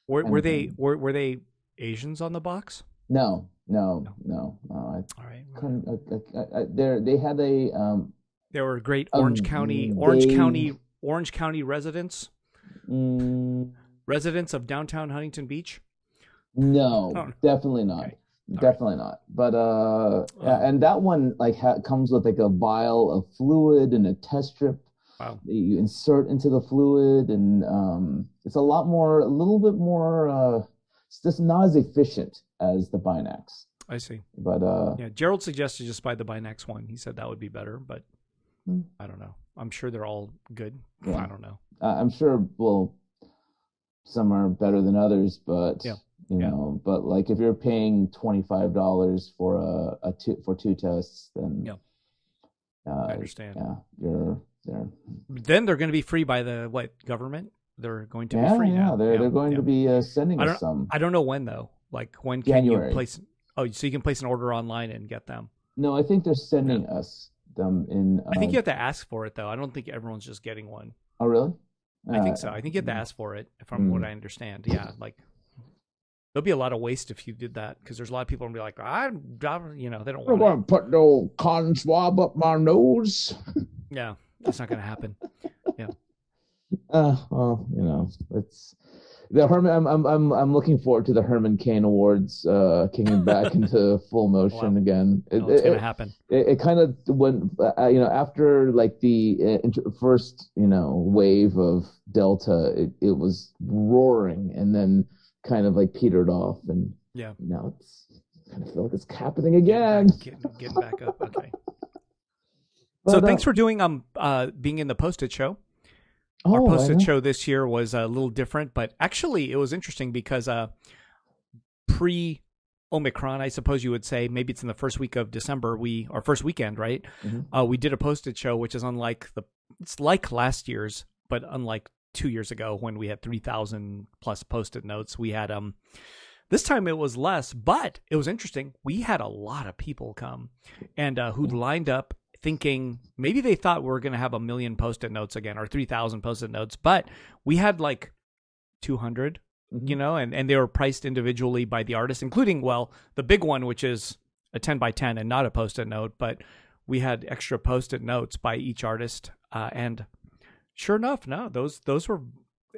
A: Were, were they
B: Anything.
A: were, were they Asians on the box?
B: No, no, no, no. I
A: All right.
B: couldn't. I, I, I, there, they had a um,
A: There were great
B: Um,
A: Orange County Orange
B: they-
A: County Orange County residents
B: mm,
A: residents of downtown Huntington Beach.
B: No,
A: *laughs* Oh, no.
B: definitely
A: Okay.
B: not.
A: right. Oh.
B: Definitely not. But uh, yeah, and that one like ha comes with like a vial of fluid and a test strip
A: Wow.
B: that you insert into the fluid, and um, it's a lot more, a little bit more. Uh, it's just not as efficient as the Binax.
A: I see.
B: But uh,
A: Yeah, Gerald suggested just buy the Binax one. He said that would be better, but
B: Hmm.
A: I don't know. I'm sure they're all good.
B: Yeah.
A: I don't know.
B: I- I'm sure well, some are better than others, but
A: Yeah.
B: you
A: Yeah.
B: know, but like if you're paying twenty five dollars for a, a two for two tests, then
A: Yeah. I
B: uh,
A: understand.
B: yeah, you're there.
A: Then they're going to be free by the what government? They're going to
B: Yeah,
A: be free
B: yeah,
A: now.
B: they're
A: Yeah,
B: they're going
A: yeah.
B: to be uh, sending
A: I
B: us some.
A: I don't know when though. Like when can
B: January.
A: you place? Oh, so you can place an order online and get them.
B: No, I think they're sending us them in.
A: I think
B: uh,
A: you have to ask for it though. I don't think everyone's just getting one.
B: Oh, really?
A: I think
B: Uh, Mm.
A: so. I think you have to ask for it, from what I understand. Yeah, like there'll be a lot of waste if you did that because there's a lot of people gonna be like, I, I you know, they don't
B: I'm
A: want.
B: not gonna put no cotton swab up my nose.
A: It. Yeah, that's not gonna happen.
B: Uh, well, you know, it's the Herman. I'm, I'm, I'm, I'm looking forward to the Herman Cain Awards uh, kicking
A: *laughs*
B: back into full motion
A: Wow.
B: again. *laughs* It,
A: No, it's
B: it,
A: gonna happen.
B: it, it kind of went, uh, you know, after like the uh, inter- first, you know, wave of Delta, it, it was roaring, and then kind of like petered off, and
A: Yeah.
B: now it's I kind of feel like it's happening again.
A: Getting back- getting, getting back up. Okay. so
B: *laughs* But, uh,
A: thanks for doing um uh being in the post-it show. Our
B: oh, I
A: post-it
B: know.
A: show this year was a little different, but actually it was interesting because uh pre Omicron, I suppose you would say, maybe it's in the first week of December, we our first weekend, right?
B: Mhm.
A: Uh, we did a posted show, which is unlike the it's like last year's, but unlike two years ago when we had three thousand plus posted notes, we had um this time it was less, but it was interesting. We had a lot of people come and uh, who lined up thinking maybe they thought we were going to have a million post-it notes again or 3000 post-it notes but we had like 200
B: Mhm.
A: you know, and, and they were priced individually by the artist, including, well, the big one, which is a 10 by 10 and not a post it note, but we had extra post it notes by each artist. Uh, and sure enough, no, those, those were,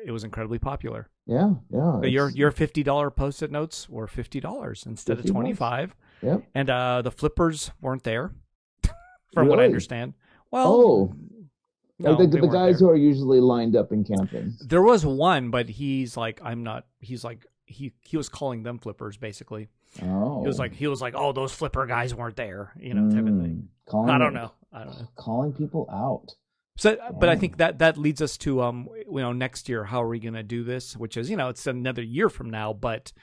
A: it was incredibly popular.
B: Yeah, yeah.
A: So your,
B: it's-
A: your $50 post it notes were $50 instead of
B: $50.
A: 25
B: Yep.
A: And, uh, the flippers weren't there *laughs* from what I
B: Really?
A: understand. Well,
B: Oh,
A: no,
B: like the,
A: they
B: the
A: weren't
B: guys
A: there.
B: who are usually lined up
A: *laughs*
B: in camping.
A: There was one, but he's like, I'm not. He's like, he he was calling them flippers basically.
B: Oh,
A: He was like, he was like, oh, those flipper guys weren't there, you know, type of thing.
B: Mm, Calling,
A: I don't know. I don't know.
B: Calling people out.
A: So, uh, but I
B: Yeah.
A: think that that leads us to um, you know, next year, how are we gonna do this? Which is, you know, it's another year from now, but.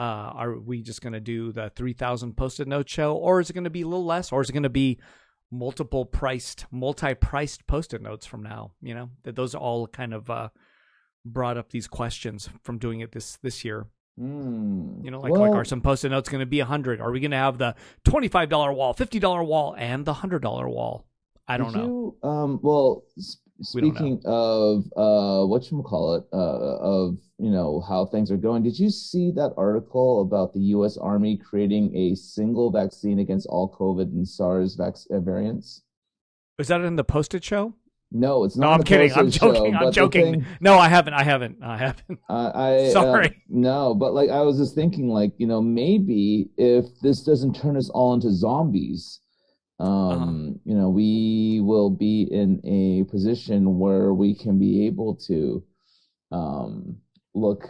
A: Uh, are we just going to do the 3000 post-it note show or is it going to be a little less or is it going to be multiple priced multi-priced post-it notes from now you know that those all kind of uh, brought up these questions from doing it this this year
B: Mm.
A: You know, like like
B: Well,
A: are some post-it notes going to be a hundred? Are we going to have the twenty-five dollar wall, fifty dollar wall, and the hundred dollar wall? I don't
B: did
A: know.
B: you- um, well, s-
A: We don't know.
B: speaking of uh, what you call it, uh, of you know how things are going. Did you see that article about the U.S. Army creating a single vaccine against all COVID and SARS vac- uh, variants?
A: Is that in the post-it show?
B: No, it's
A: No,
B: not.
A: I'm
B: a
A: kidding. I'm
B: posted show,
A: joking.
B: but
A: I'm
B: the
A: joking.
B: thing-
A: No, I haven't. I haven't. I haven't.
B: Uh, I uh,
A: Sorry.
B: no, but like I was just thinking, like you know, maybe if this doesn't turn us all into zombies,
A: Uh-huh.
B: um, you know, we will be in a position where we can be able to, um, look,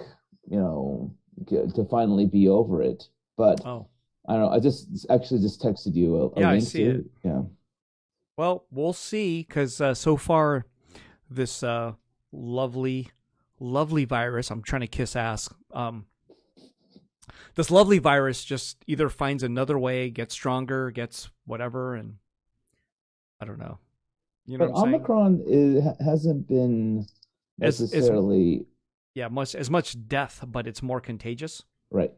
B: you know, get, to finally be over it. But
A: Oh
B: I don't know. I just actually just texted you a, a
A: Yeah, I
B: link
A: see
B: to
A: it.
B: Yeah.
A: well, we'll see. Because uh, so far, this uh, lovely, lovely virus. I'm trying to kiss ass. Um, this lovely virus just either finds another way, gets stronger, gets whatever, and I don't know. You know
B: But
A: what I'm saying?
B: Omicron is, ha- hasn't been
A: As- as-
B: necessarily
A: Yeah, much as much death, but it's more contagious.
B: right,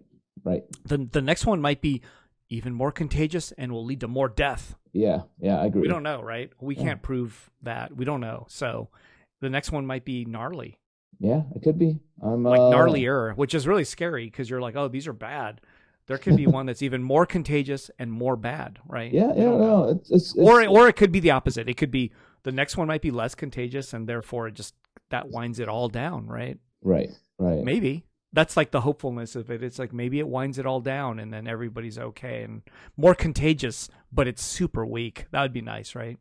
B: right.
A: The the next one might be even more contagious and will lead to more death.
B: Yeah, yeah, I agree.
A: We don't know, right? We
B: Yeah.
A: can't prove that. We don't know. So the next one might be gnarly,
B: Yeah, it could be. I'm
A: like
B: uh,
A: gnarlier, which is really scary because you're like, oh, these are bad. There could
B: *laughs*
A: be one that's even more contagious and more bad, right?
B: Yeah,
A: We
B: yeah,
A: don't know.
B: no, it's, it's, it's
A: or or it could be the opposite. It could be the next one might be less contagious, and therefore it just that winds it all down, right?
B: right, right.
A: Maybe that's like the hopefulness of it. It's like maybe it winds it all down, and then everybody's okay and more contagious, but it's super weak. That would be nice, right?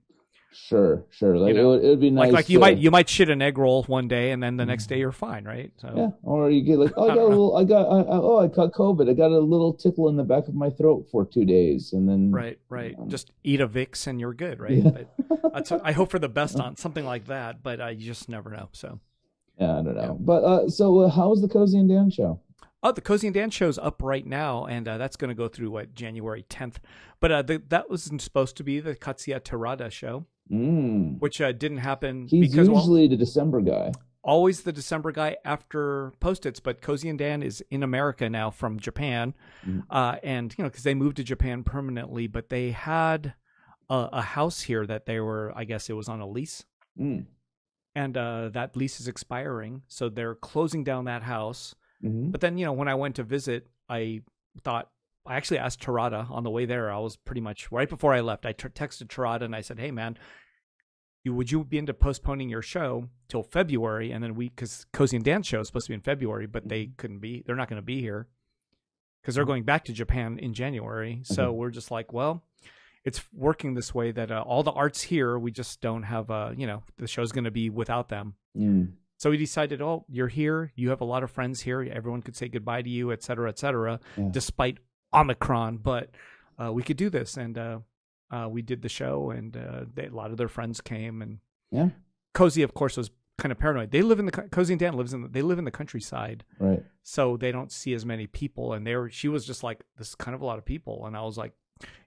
B: Sure, sure. Like
A: know,
B: it, would, it would be nice.
A: like like you
B: to-
A: might you might shit an egg roll one day, and then the next day you're fine, right? So
B: *laughs* Yeah, or you get like, oh,
A: I *laughs*
B: I got a
A: don't know.
B: little, I got, I, I, oh, I caught COVID. I got a little tickle in the back of my throat for two days, and then
A: right, right.
B: Um,
A: Just eat a Vicks and you're good, right?
B: Yeah.
A: But that's, I hope for the best on something like that, but uh, you just never know. So.
B: Yeah, I don't know.
A: Yeah.
B: But uh, so, uh, how's the Cozy and Dan show?
A: Oh, the Cozy and Dan show's up right now, and uh, that's going to go through what January 10th. But uh, the, that was supposed to be the Katsuya Terada show,
B: Mm.
A: which uh, didn't happen
B: He's
A: because well,
B: usually the December guy.
A: always the December guy after Post-its. But Cozy and Dan is in America now from Japan,
B: Mhm.
A: uh, and you know because they moved to Japan permanently, but they had a, a house here that they were, I guess it was on a lease,
B: Mm.
A: and uh, that lease is expiring, so they're closing down that house.
B: hmm
A: But then, you know, when I went to visit, I thought I actually asked Tarada on the way there. I was pretty much right before I left. I t- texted Tarada and I said, "Hey, man, you, would you be into postponing your show till February?" And then we, because Cozy and Dan's show is supposed to be in February, but they couldn't be. They're not going to be here because they're going back to Japan in January. So
B: Mhm.
A: we're just like, well. It's working this way that uh, all the arts here, we just don't have, uh, you know, the show's going to be without them.
B: Mm.
A: So we decided, oh, you're here. You have a lot of friends here. Everyone could say goodbye to you, et cetera, et cetera,
B: Yeah.
A: despite Omicron. But uh, we could do this. And uh, uh, we did the show, and uh, they, a lot of their friends came. And
B: Yeah.
A: Cozy, of course, was kind of paranoid. They live in the co- Cozy and Dan lives in the, they live in the countryside,
B: Right.
A: so they don't see as many people. And they were, she was just like, this is kind of a lot of people. And I was like,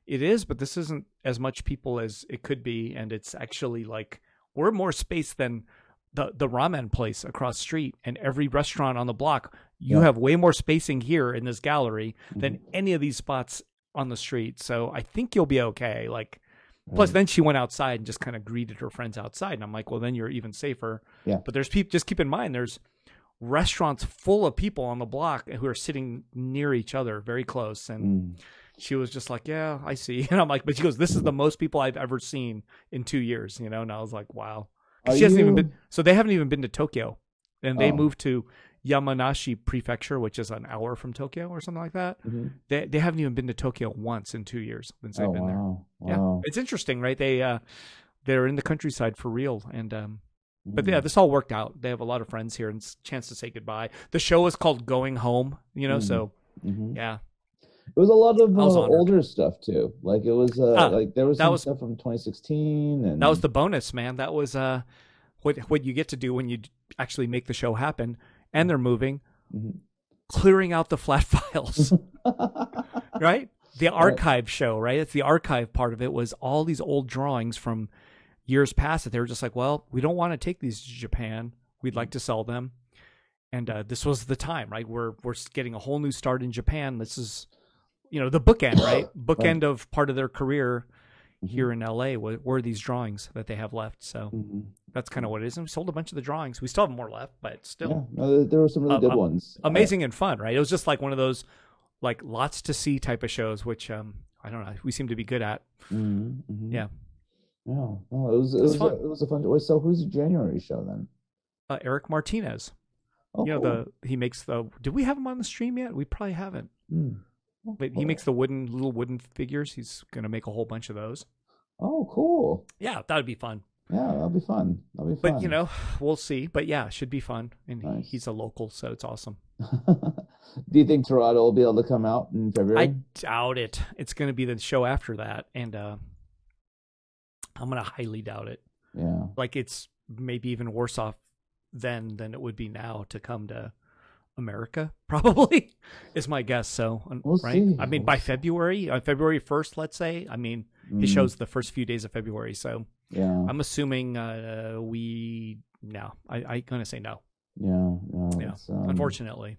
A: it is, but this isn't as much people as it could be, and it's actually like we're more space than the the ramen place across street and every restaurant on the block. You
B: Yeah.
A: have way more spacing here in this gallery than any of these spots on the street. So I think you'll be okay. Like plus
B: Mm-hmm, Right.
A: then she went outside and just kind of greeted her friends outside and I'm like, "Well, then you're even safer."
B: Yeah.
A: But there's people just keep in mind there's restaurants full of people on the block who are sitting near each other, very close and
B: Mm.
A: she was just like, "Yeah, I see," *laughs* and I'm like, "But she goes, this is the most people I've ever seen in two years," you know. And I was like, "Wow," 'Cause
B: Are
A: she hasn't even
B: you-
A: been. So they haven't even been to Tokyo, and they
B: Oh.
A: moved to Yamanashi Prefecture, which is an hour from Tokyo or something like that.
B: Mhm.
A: They they haven't even been to Tokyo once in two years since
B: Oh
A: they've been there.
B: wow!
A: Yeah,
B: Wow.
A: it's interesting, right? They uh, they're in the countryside for real, and um, but yeah,
B: Mm.
A: this all worked out. They have a lot of friends here and it's a chance to say goodbye. The show is called Going Home, you know.
B: Mhm.
A: So
B: Mhm.
A: yeah,
B: It was a lot of
A: I was
B: uh,
A: honored.
B: older stuff too. Like it was uh,
A: Ah,
B: like there was
A: that
B: some
A: was-
B: stuff from 2016, and
A: That was the bonus, man. That was uh, what what you get to do when you d- actually make the show happen. And they're moving, Mm-hmm.
B: Mhm.
A: clearing out the flat *laughs* files, right? The archive show, right? It's the archive part of it was all these old drawings from years past that they were just like, well, we don't want to take these to Japan. We'd like to sell them, and uh, this was the time, right? We're we're s- getting a whole new start in Japan. This is, you know, the bookend, *coughs* right? Bookend of part of their career
B: Mm-hmm.
A: here in LA were, were these drawings that they have left. So
B: Mhm.
A: that's kind of what it is. And we sold a bunch of the drawings. We still have more left, but still
B: Yeah, no, there, there were some really
A: Uh,
B: good
A: um,
B: ones. I-
A: amazing and fun, right? It was just like one of those like lots to see type of shows, which um I don't know, we seem to be good at.
B: Mhm, mhm.
A: Yeah.
B: Yeah. No, it was it
A: was
B: was,
A: fun.
B: A, it was a fun. Wait, so who's the January show then?
A: Uh, Eric Martinez,
B: Oh,
A: you know
B: cool.
A: the he makes the. Did we have him on the stream yet? We probably haven't.
B: Mm. Oh,
A: But he
B: cool.
A: makes the wooden little wooden figures. He's gonna make a whole bunch of those.
B: Oh, cool.
A: Yeah, that'd be fun.
B: Yeah, that'll be fun. That'll be fun.
A: But you know, we'll see. But yeah, should be fun. And
B: Nice.
A: he's a local, so it's awesome.
B: *laughs* do you think Toronto will be able to come out in February?
A: I doubt it. It's going to be the show after that, and uh, I'm going to highly doubt it.
B: Yeah.
A: Like it's maybe even worse off then than it would be now to come to America. *laughs* Probably is my guess. So un-
B: We'll
A: right,
B: see.
A: I mean
B: We'll
A: by
B: see.
A: February, uh, February first, let's say. I mean
B: Mm,
A: it shows the first few days of February, so
B: Yeah.
A: I'm assuming uh, we no, I, I gonna say no.
B: Yeah, no,
A: Yeah,
B: it's, um,
A: unfortunately.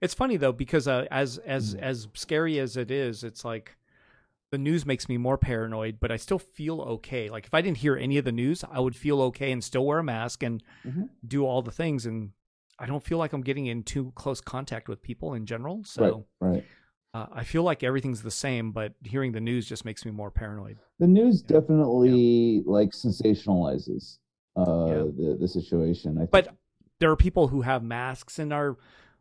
A: It's funny though because uh, as as
B: Mm.
A: as scary as it is, it's like the news makes me more paranoid, but I still feel okay. Like if I didn't hear any of the news, I would feel okay and still wear a mask and
B: Mhm.
A: do all the things and I don't feel like I'm getting in too close contact with people in general. So
B: right, right.
A: uh, I feel like everything's the same, but hearing the news just makes me more paranoid.
B: The news
A: Yeah.
B: definitely like sensationalizes uh
A: Yeah.
B: the, the situation. I think.
A: But there are people who have masks and are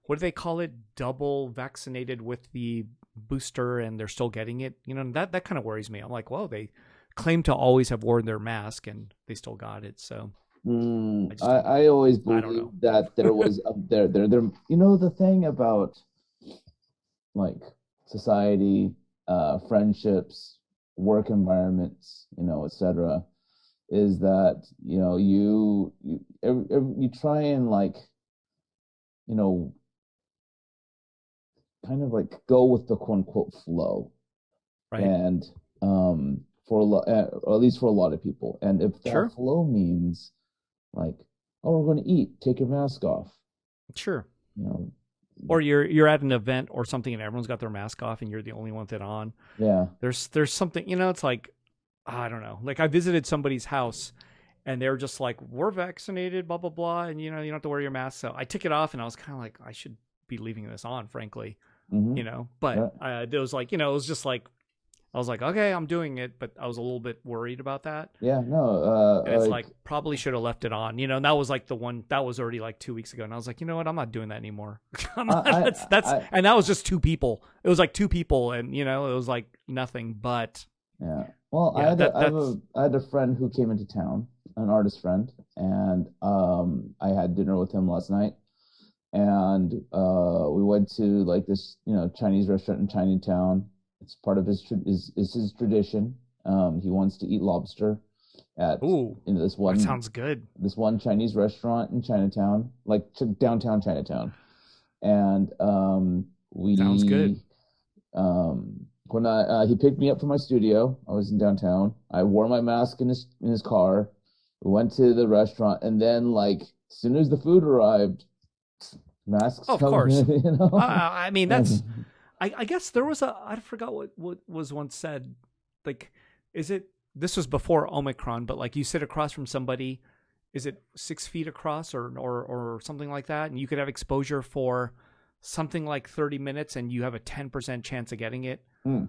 A: what do they call it? Double vaccinated with the booster, and they're still getting it. You know that that kind of worries me. I'm like, whoa, they claim to always have worn their mask and they still got it. So I
B: Mm,
A: just
B: I, I always
A: I don't know.
B: believed that there was
A: *laughs*
B: a, there there there you know the thing about like society, uh, friendships, work environments, you know, etc., is that you know you you ev ev- you try and like you know kind of like go with the quote unquote flow,
A: right,
B: and um, for a lot, uh, or at least for a lot of people. And if that
A: Sure.
B: flow means like, oh, we're going to eat, take your mask off,
A: sure.
B: you know,
A: Or you're you're at an event or something, and everyone's got their mask off, and you're the only one with it on.
B: yeah,
A: there's there's something you know it's like ah, i don't know like i visited somebody's house and they were just like we're vaccinated blah blah blah and you know you don't have to wear your mask so i took it off and i was kind of like i should be leaving this on frankly
B: mhm,
A: you know but uh, it was like you know it was just like i was like okay i'm doing it but i was a little bit worried about that
B: yeah, no, uh,
A: and it's like probably should have left it on you know and that was like the one that was already like two weeks ago and i was like you know what i'm not doing that anymore *laughs* I'm not-
B: I- I-
A: that's that's
B: I-
A: and that was just two people it was like two people and you know it was like nothing but
B: yeah. Well, I
A: yeah,
B: had a,
A: that-
B: I have a,
A: that's-
B: I had a friend who came into town, an artist friend, and um, I had dinner with him last night. And uh, we went to like this, you know, Chinese restaurant in Chinatown. It's part of his tra- is is his tradition. Um, he wants to eat lobster at
A: Ooh,
B: in this one
A: that sounds good.
B: this one Chinese restaurant in Chinatown, like ch- downtown Chinatown, and um, we
A: Sounds good.
B: Um, when I uh, he picked me up from my studio, I was in downtown. I wore my mask in his in his car. We went to the restaurant, and then like as soon as the food arrived, masks.
A: Of
B: come *laughs*
A: course.
B: in, you know?
A: Uh, I mean, that's. I, I guess there was a. I forgot what what was once said. Like, is it? This was before Omicron, but like you sit across from somebody, is it six feet across or or or something like that, and you could have exposure for something like thirty minutes, and you have a ten percent chance of getting it.
B: Hmm.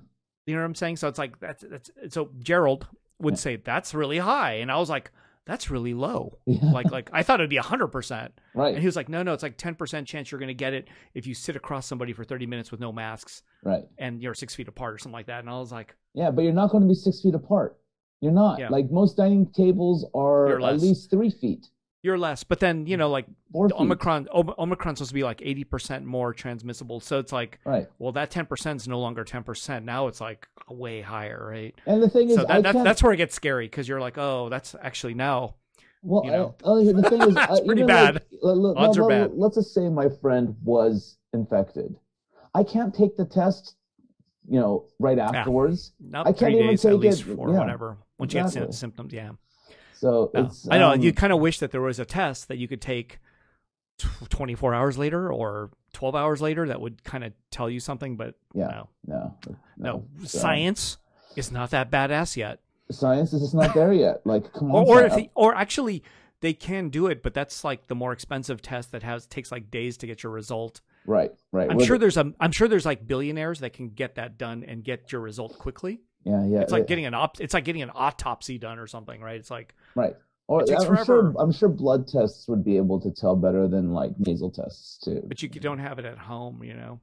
A: You know what I'm saying? So it's like that's that's. So Gerald would
B: Yeah.
A: say that's really high, and I was like, that's really
B: *laughs*
A: low.
B: *laughs* Yeah,
A: like like I thought it'd be hundred percent. And
B: right,
A: he was like, no, no, it's like 10% chance you're going to get it if you sit across somebody for 30 minutes with no masks
B: right.
A: and you're six feet apart or something like that. And I was like,
B: Yeah, but you're not going to be six feet apart. You're not.
A: Yeah.
B: Like most dining tables
A: You're
B: are at
A: less.
B: least three feet,
A: you're less. But then, you know, like
B: four
A: the
B: feet.
A: Omicron, Om- Omicron's supposed to be like 80% more transmissible. So it's like,
B: Right.
A: well, that 10% is no longer 10%. Now it's like way higher, right?
B: And the thing is,
A: So
B: I
A: that, that,
B: can't.
A: that's where it gets scary because you're like, oh, that's actually now.
B: well,
A: you know.
B: I, oh, the
A: *laughs*
B: thing is,
A: It's
B: I,
A: pretty
B: even like-
A: bad.
B: let- let-
A: Odds
B: let-
A: are
B: let-
A: bad.
B: Let's just say my friend was infected. I can't take the test, you know, right afterwards.
A: Not
B: I
A: three
B: can't even
A: days at
B: take
A: least
B: it.
A: or
B: Yeah,
A: whatever. Once you
B: exactly.
A: get sy- symptoms, yeah.
B: So
A: No.
B: it's.
A: I know
B: um,
A: you kind of wish that there was a test that you could take tw- 24 hours later or 12 hours later that would kind of tell you something, but
B: Yeah.
A: no,
B: No.
A: no,
B: So,
A: science is not that badass yet.
B: Science is just not there yet.
A: *laughs*
B: Like, come
A: Or,
B: on.
A: or
B: sci-
A: if, they- or actually, they can do it, but that's like the more expensive test that has takes like days to get your result.
B: right, right.
A: I'm
B: Well,
A: sure there's a, I'm sure there's like billionaires that can get that done and get your result quickly.
B: Yeah, yeah.
A: It's like
B: it-
A: getting an op, it's like getting an autopsy done or something, right? It's like
B: Right. Or
A: It takes
B: I'm sure
A: forever.
B: I'm sure blood tests would be able to tell better than like nasal tests too.
A: but you don't have it at home, you know.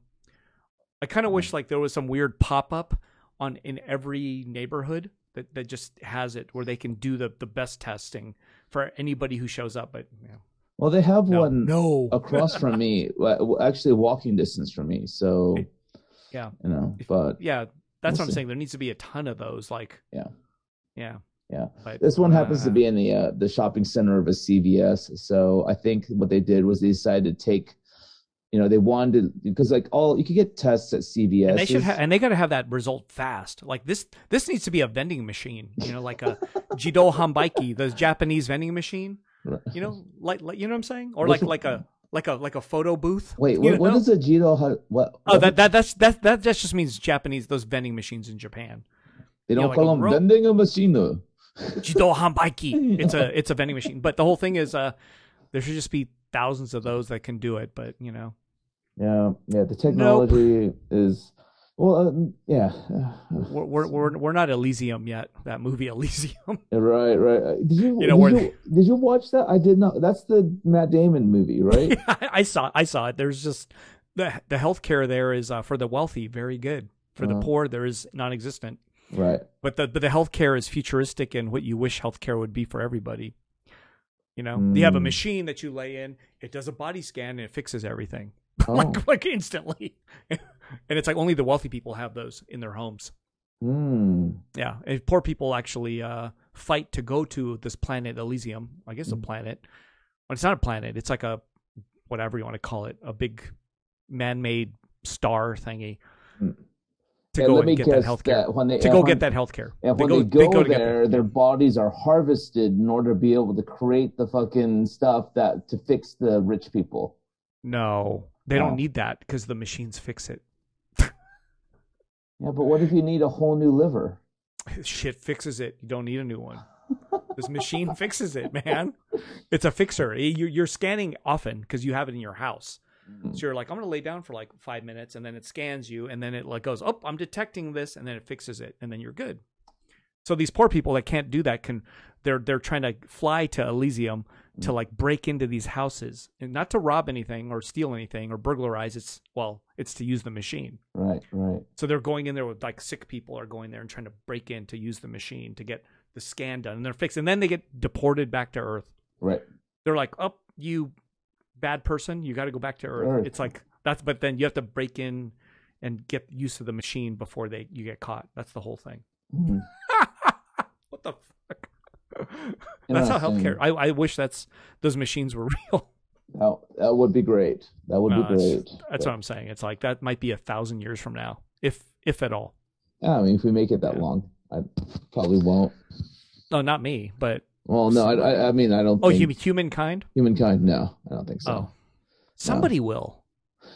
A: I kind of wish like there was some weird pop up on in every neighborhood that, that just has it where they can do the, the best testing for anybody who shows up. But yeah.
B: Well, they have
A: no,
B: one
A: no.
B: across from me, wa- wa- actually walking distance from me. So
A: Yeah.
B: you know,
A: If-
B: but
A: yeah, that's
B: We'll
A: what I'm
B: see.
A: saying. There needs to be a ton of those. Like
B: Yeah.
A: yeah,
B: Yeah.
A: But,
B: this one happens to
A: uh,
B: be in the uh, the shopping center of a CVS. So I think what they did was they decided to take you know they wanted because like all you could get tests at CVS.
A: And they should ha- and they got to have that result fast. Like this this needs to be a vending machine, you know, like a Jido Hambaiki, the Japanese vending machine. You know, like, like you know what I'm saying? Or like like a like a like a photo booth.
B: Wait,
A: you
B: what, what
A: know?
B: is a Jito? How, what?
A: Oh,
B: what-
A: that that that's that that that just means Japanese those vending machines in Japan.
B: they
A: you
B: don't
A: know,
B: call
A: like a
B: them
A: rope.
B: vending a machine.
A: Jido Hambaiki. It's
B: *laughs*
A: a it's a vending machine, but the whole thing is uh there should just be thousands of those that can do it, but you know.
B: Yeah, yeah. The technology is well, um, yeah. uh,
A: We're, we're we're we're not Elysium yet. That movie Elysium. *laughs*
B: Right, right. Uh, Did you,
A: You know,
B: did,
A: where-
B: you did you watch that? I did not. That's the Matt Damon movie,
A: *laughs*
B: right?
A: I I saw I saw it. There's just the the healthcare there is uh, for the wealthy very good. For the
B: Uh-huh.
A: poor there is non-existent.
B: right.
A: But the but the healthcare is futuristic and what you wish healthcare would be for everybody. You know, you have a
B: Mm.
A: machine that you lay in. It does a body scan and it fixes everything *laughs* *laughs*
B: Oh.
A: like like instantly. *laughs* and it's like only the wealthy people have those in their homes.
B: Hmm.
A: Yeah, and poor people actually uh, fight to go to this planet Elysium. I
B: Hmm.
A: guess a planet. Well, it's not a planet. It's like a whatever you want to call it, a big man-made star thingy
B: Mm.
A: to
B: And
A: go
B: let
A: and
B: me
A: get that
B: guess
A: healthcare.
B: when they
A: to go
B: when-
A: get that healthcare.
B: And when they go,
A: to get
B: there, their bodies are harvested in order to be able to create the fucking stuff that to fix the rich people.
A: No, they
B: Oh.
A: don't need that because the machines fix it. *laughs*
B: Yeah, but what if you need a whole new liver?
A: Shit fixes it. You don't need a new one. this
B: *laughs*
A: machine fixes it, man. It's a fixer. You- You're scanning often because you have it in your house.
B: Hmm.
A: So you're like, I'm gonna lay down for like five minutes, and then it scans you, and then it like goes, oh, I'm detecting this, and then it fixes it, and then you're good. So these poor people that can't do that can, they're they're trying to fly to Elysium to like break into these houses, and not to rob anything or steal anything or burglarize. It's well, it's to use the machine.
B: Right, right.
A: So they're going in there with like sick people are going there and trying to break in to use the machine to get the scan done, and they're fixed, and then they get deported back to Earth
B: Right.
A: they're like, "Up, you bad person, you got to go back to Earth."
B: Earth.
A: It's like that's, but then you have to break in and get used to the machine before they you get caught. That's the whole thing.
B: Hmm.
A: What the
B: *laughs*
A: fuck? that's how
B: Interesting.
A: healthcare. I, I wish that's those machines were *laughs* real.
B: That, that would be great. That would
A: No,
B: be great.
A: That's what I'm saying. It's like that might be a thousand years from now, if if at all.
B: I mean, if we make it that
A: Yeah.
B: long, I probably won't.
A: No, not me, but
B: Well, no, I, I, I mean, I don't
A: oh,
B: think
A: hum- humankind.
B: humankind. No, I don't think so.
A: Oh, somebody will.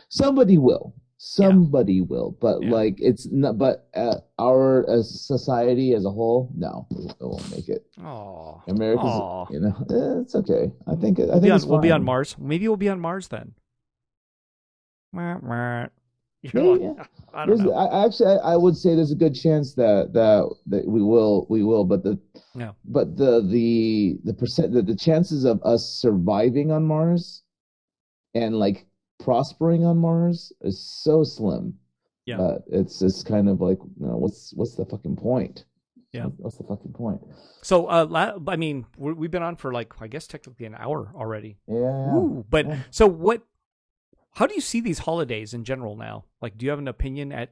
B: Somebody will. Somebody will. But
A: Yeah.
B: like, it's not. But uh, our uh, society as a whole, no, it won't make it.
A: Oh,
B: America's,
A: Aw.
B: you know, eh, it's okay. I think. I think
A: be on-
B: it's
A: we'll be
B: fine.
A: on Mars. Maybe we'll be on Mars then. Wah, wah. You
B: Yeah,
A: know,
B: yeah.
A: I don't
B: There's-
A: know.
B: I, I actually, I, I would say there's a good chance that that that we will, we will. But the,
A: Yeah.
B: but the the the percent, the, the chances of us surviving on Mars, and like prospering on Mars is so slim.
A: Yeah.
B: that it's it's kind of like, you know, what's what's the fucking point?
A: Yeah.
B: what's the fucking point?
A: So, uh, la- I mean, we we've been on for like I guess technically an hour already.
B: Yeah.
A: Ooh, but
B: yeah.
A: so what? How do you see these holidays in general now? Like, do you have an opinion at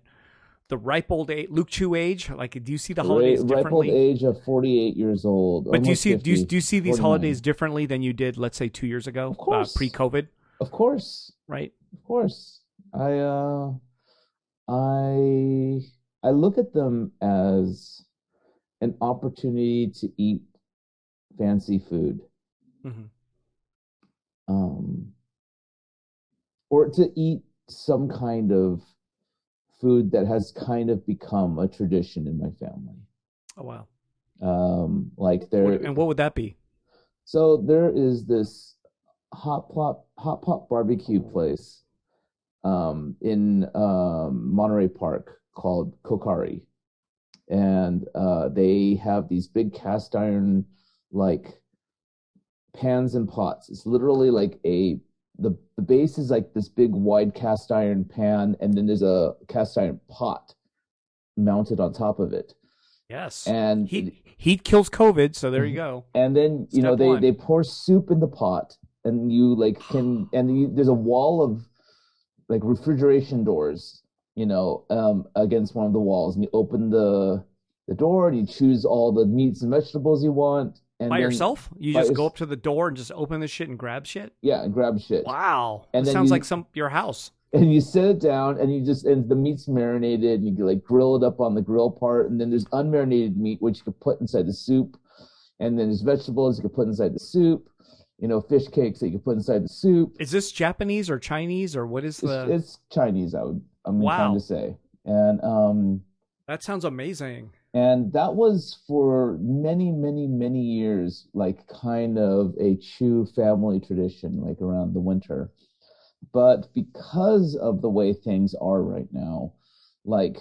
A: the ripe old age, Luke Chu age? Like, do you see the holidays
B: Ripe- ripe old
A: differently?
B: age of 48 years old.
A: but do you
B: almost
A: see do you,
B: 50.
A: do you see these
B: 49.
A: holidays differently than you did, let's say, two years ago,
B: Of course.
A: uh, pre-COVID,
B: Of course.
A: right?
B: Of course. I uh I I look at them as an opportunity to eat fancy food.
A: hmm
B: Um or to eat some kind of food that has kind of become a tradition in my family.
A: Oh wow!
B: Um like there
A: What- and what would that be?
B: So there is this hot pop hot pop barbecue place um, in um, Monterey Park called Kokari, and uh, they have these big cast iron like pans and pots. It's literally like a the the base is like this big wide cast iron pan, and then there's a cast iron pot mounted on top of it,
A: Yes,
B: and
A: heat heat kills COVID. So there you
B: Mhm.
A: go.
B: and then you know
A: Step
B: they
A: one.
B: they pour soup in the pot and you like
A: *sighs*
B: can and you, there's a wall of like refrigeration doors you know um against one of the walls and you open the the door and you choose all the meats and vegetables you want and
A: by
B: then-
A: yourself? You
B: by
A: just
B: your-
A: go up to the door and just open the shit and grab shit?
B: Yeah, and grab shit.
A: Wow.
B: And
A: That
B: then
A: sounds
B: you-
A: like some your house.
B: And you set it down, and you just and the meat's marinated, and you like grill it up on the grill part, and then there's unmarinated meat which you could put inside the soup, and then there's vegetables you could put inside the soup, you know, fish cakes that you could put inside the soup.
A: Is this Japanese or Chinese or what is
B: It's,
A: the
B: it's Chinese, I would I'm
A: Wow.
B: inclined to say, and um,
A: That sounds amazing.
B: And that was for many, many, many years, like kind of a Chu family tradition, like around the winter. But because of the way things are right now, like,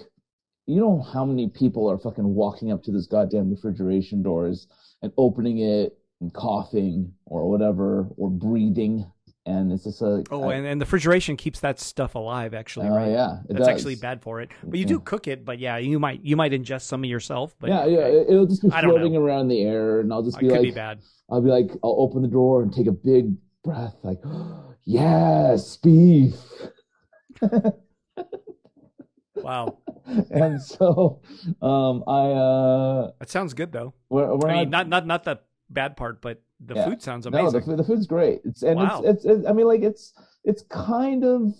B: you know how many people are fucking walking up to this goddamn refrigeration doors and opening it and coughing or whatever or breathing, and it's just like,
A: Oh,
B: I-
A: and, and the refrigeration keeps that stuff alive actually,
B: oh,
A: right?
B: yeah, it
A: That's
B: does.
A: actually bad for it. But you do
B: Yeah.
A: cook it, but yeah, you might you might ingest some of yourself, but
B: Yeah, yeah, it- it'll just be
A: I don't know.
B: floating around in the air, and I'll
A: it
B: just
A: could
B: be
A: be
B: like,
A: bad.
B: I'll be like, I'll open the door and take a big breath, like, *gasps* yes, beef. *laughs*
A: Wow.
B: And so, um, I, uh,
A: That sounds good though.
B: we're, we're
A: I mean, not not not the bad part, but the
B: Yeah.
A: food sounds
B: no, the
A: amazing.
B: food, the food's great. It's, and
A: Wow.
B: it's, it's, it's, I mean, like, it's, it's kind of,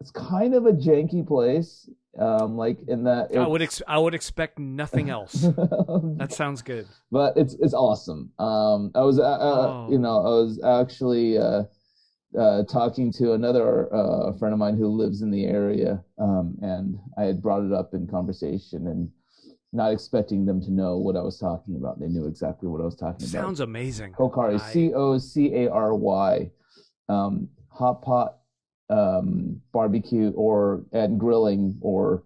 B: it's kind of a janky place. Um, like in that,
A: I
B: *laughs*
A: would
B: it's-
A: ex- I would expect nothing else.
B: *laughs*
A: that sounds good.
B: but it's it's awesome. Um, I was uh, uh,
A: Oh.
B: you know I was actually uh, uh, talking to another uh, friend of mine who lives in the area, um, and I had brought it up in conversation and not expecting them to know what I was talking about. They knew exactly what I was talking about.
A: Sounds amazing.
B: Kokari,
A: I-
B: C O C A R Y, um, hot pot um, barbecue or and grilling or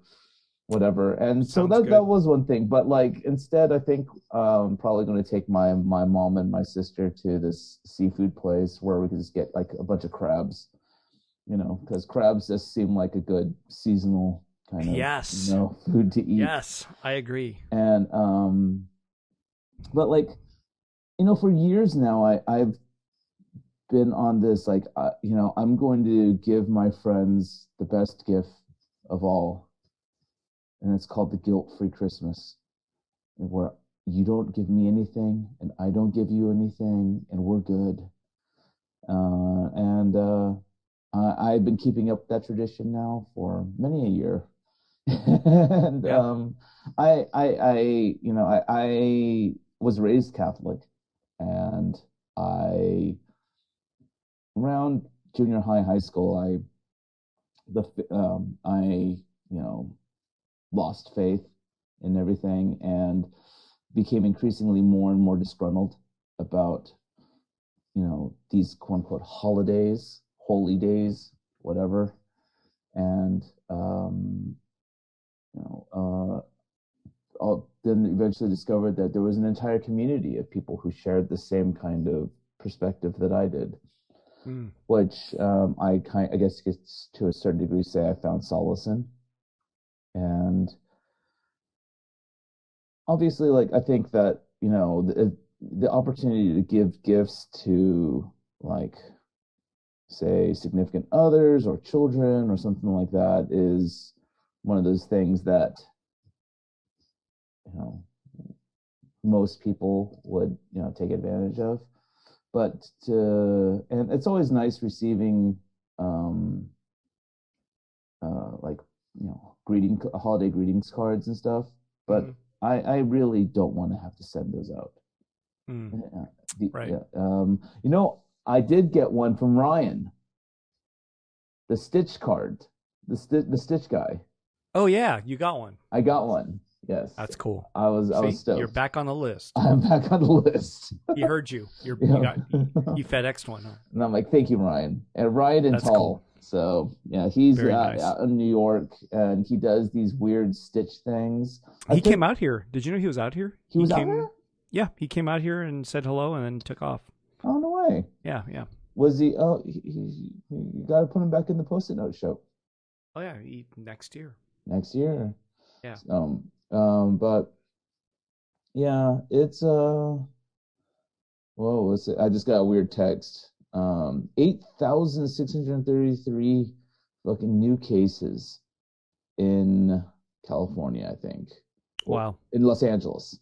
B: whatever. And so
A: Sounds
B: that
A: good.
B: that was one thing. But like instead, I think um, probably going to take my my mom and my sister to this seafood place where we could just get like a bunch of crabs. You know, because crabs just seem like a good seasonal kind of
A: Yes.
B: you know, food to eat
A: Yes, I agree.
B: and um but like you know for years now i i've been on this like uh, you know i'm going to give my friends the best gift of all and it's called the guilt free christmas where you don't give me anything and i don't give you anything and we're good uh and uh I, i've been keeping up that tradition now for many a year *laughs* and
A: Yeah.
B: um I, I, I, you know, I, I was raised Catholic, and I, around junior high, high school, I, the, f- um, I, you know, lost faith in everything and became increasingly more and more disgruntled about, you know, these quote unquote holidays, holy days, whatever, and, um, you know, uh all, then eventually discovered that there was an entire community of people who shared the same kind of perspective that I did,
A: Hmm.
B: which um, I kind I guess you could s- to a certain degree say I found solace in, and obviously, like I think that you know the uh, the opportunity to give gifts to like say significant others or children or something like that is one of those things that you know most people would you know take advantage of but to and it's always nice receiving um uh like you know greeting holiday greetings cards and stuff but
A: Mhm.
B: i i really don't want to have to send those out
A: Hmm.
B: yeah, the-
A: Right.
B: yeah, um, you know, I did get one from Ryan. The Stitch card, the sti- the Stitch guy.
A: Oh yeah, you got one.
B: I got one. Yes,
A: That's cool.
B: I was I was
A: See,
B: stoked.
A: you're back on the list.
B: *laughs* I'm back on the list. *laughs*
A: He heard you. You're,
B: Yeah.
A: You
B: *laughs*
A: got you FedExed one. Huh?
B: and I'm like, thank you, Ryan. And Ryan and
A: That's
B: Tall.
A: cool.
B: So yeah, he's uh,
A: Very nice.
B: out in New York, and he does these weird Stitch things. I
A: He
B: think
A: came out here. Did you know he was out here?
B: He was out
A: came,
B: there?
A: Yeah, he came out here and said hello and then took off.
B: Oh no way!
A: Yeah, yeah.
B: Was he? Oh, he, he, you got to put him back in the post-it note show.
A: Oh yeah, he, next year.
B: next year.
A: Yeah.
B: Um, um, but yeah, it's uh whoa, what's it? I just got a weird text. Um eight thousand six hundred and thirty-three fucking new cases in California, I think.
A: Wow,
B: In Los Angeles.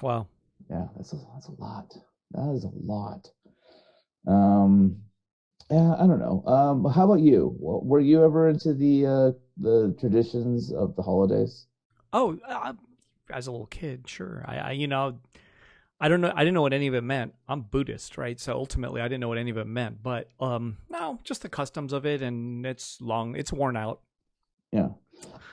A: wow.
B: yeah, that's a, that's a lot. That is a lot. Um, yeah, I don't know. Um, how about you? Were you ever into the uh, the traditions of the holidays?
A: Oh, uh, as a little kid, sure. I, I, you know, I don't know. I didn't know what any of it meant. I'm Buddhist, right? So ultimately, I didn't know what any of it meant. But um, no, just the customs of it, and it's long. It's worn out.
B: Yeah.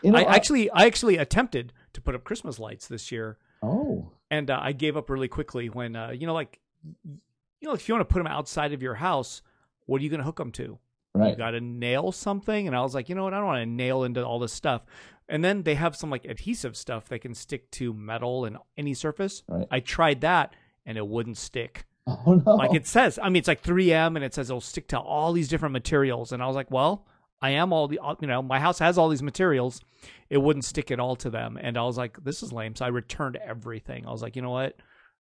A: You know, I, actually, I actually attempted to put up Christmas lights this year,
B: Oh,
A: and uh, I gave up really quickly when uh, you know, like, you know, if you want to put them outside of your house, what are you going to hook them to?
B: right.
A: you got to nail something. And I was like, you know what? I don't want to nail into all this stuff. And then they have some like adhesive stuff that can stick to metal and any surface.
B: Right.
A: I tried that and it wouldn't stick.
B: *laughs* oh no.
A: Like it says, I mean, it's like 3M and it says it'll stick to all these different materials. And I was like, well, I am all the, you know, my house has all these materials. It wouldn't stick at all to them. And I was like, this is lame. So I returned everything. I was like, you know what?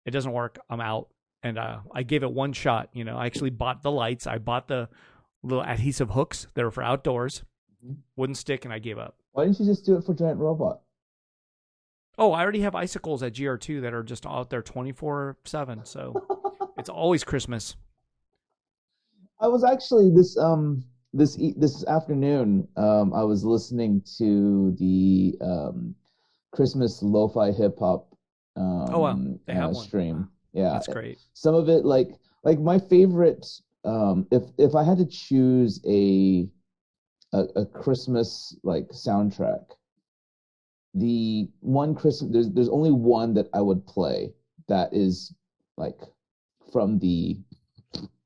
A: It doesn't work. I'm out. And uh, I gave it one shot. You know, I actually bought the lights. I bought the little adhesive hooks that are for outdoors.
B: Mhm.
A: Wouldn't stick. And I gave up.
B: Why didn't you just do it for Giant Robot? *laughs*
A: Oh, I already have icicles at GR2 that are just out there 24 7. So it's always Christmas.
B: I was actually this um this e- this afternoon um I was listening to the um Christmas lo-fi hip hop um
A: Oh, wow. They have
B: uh,
A: one.
B: stream. Yeah.
A: That's great.
B: some of it like like my favorite um if if i had to choose a a, a christmas like soundtrack the one christmas there's there's only one that i would play that is like from the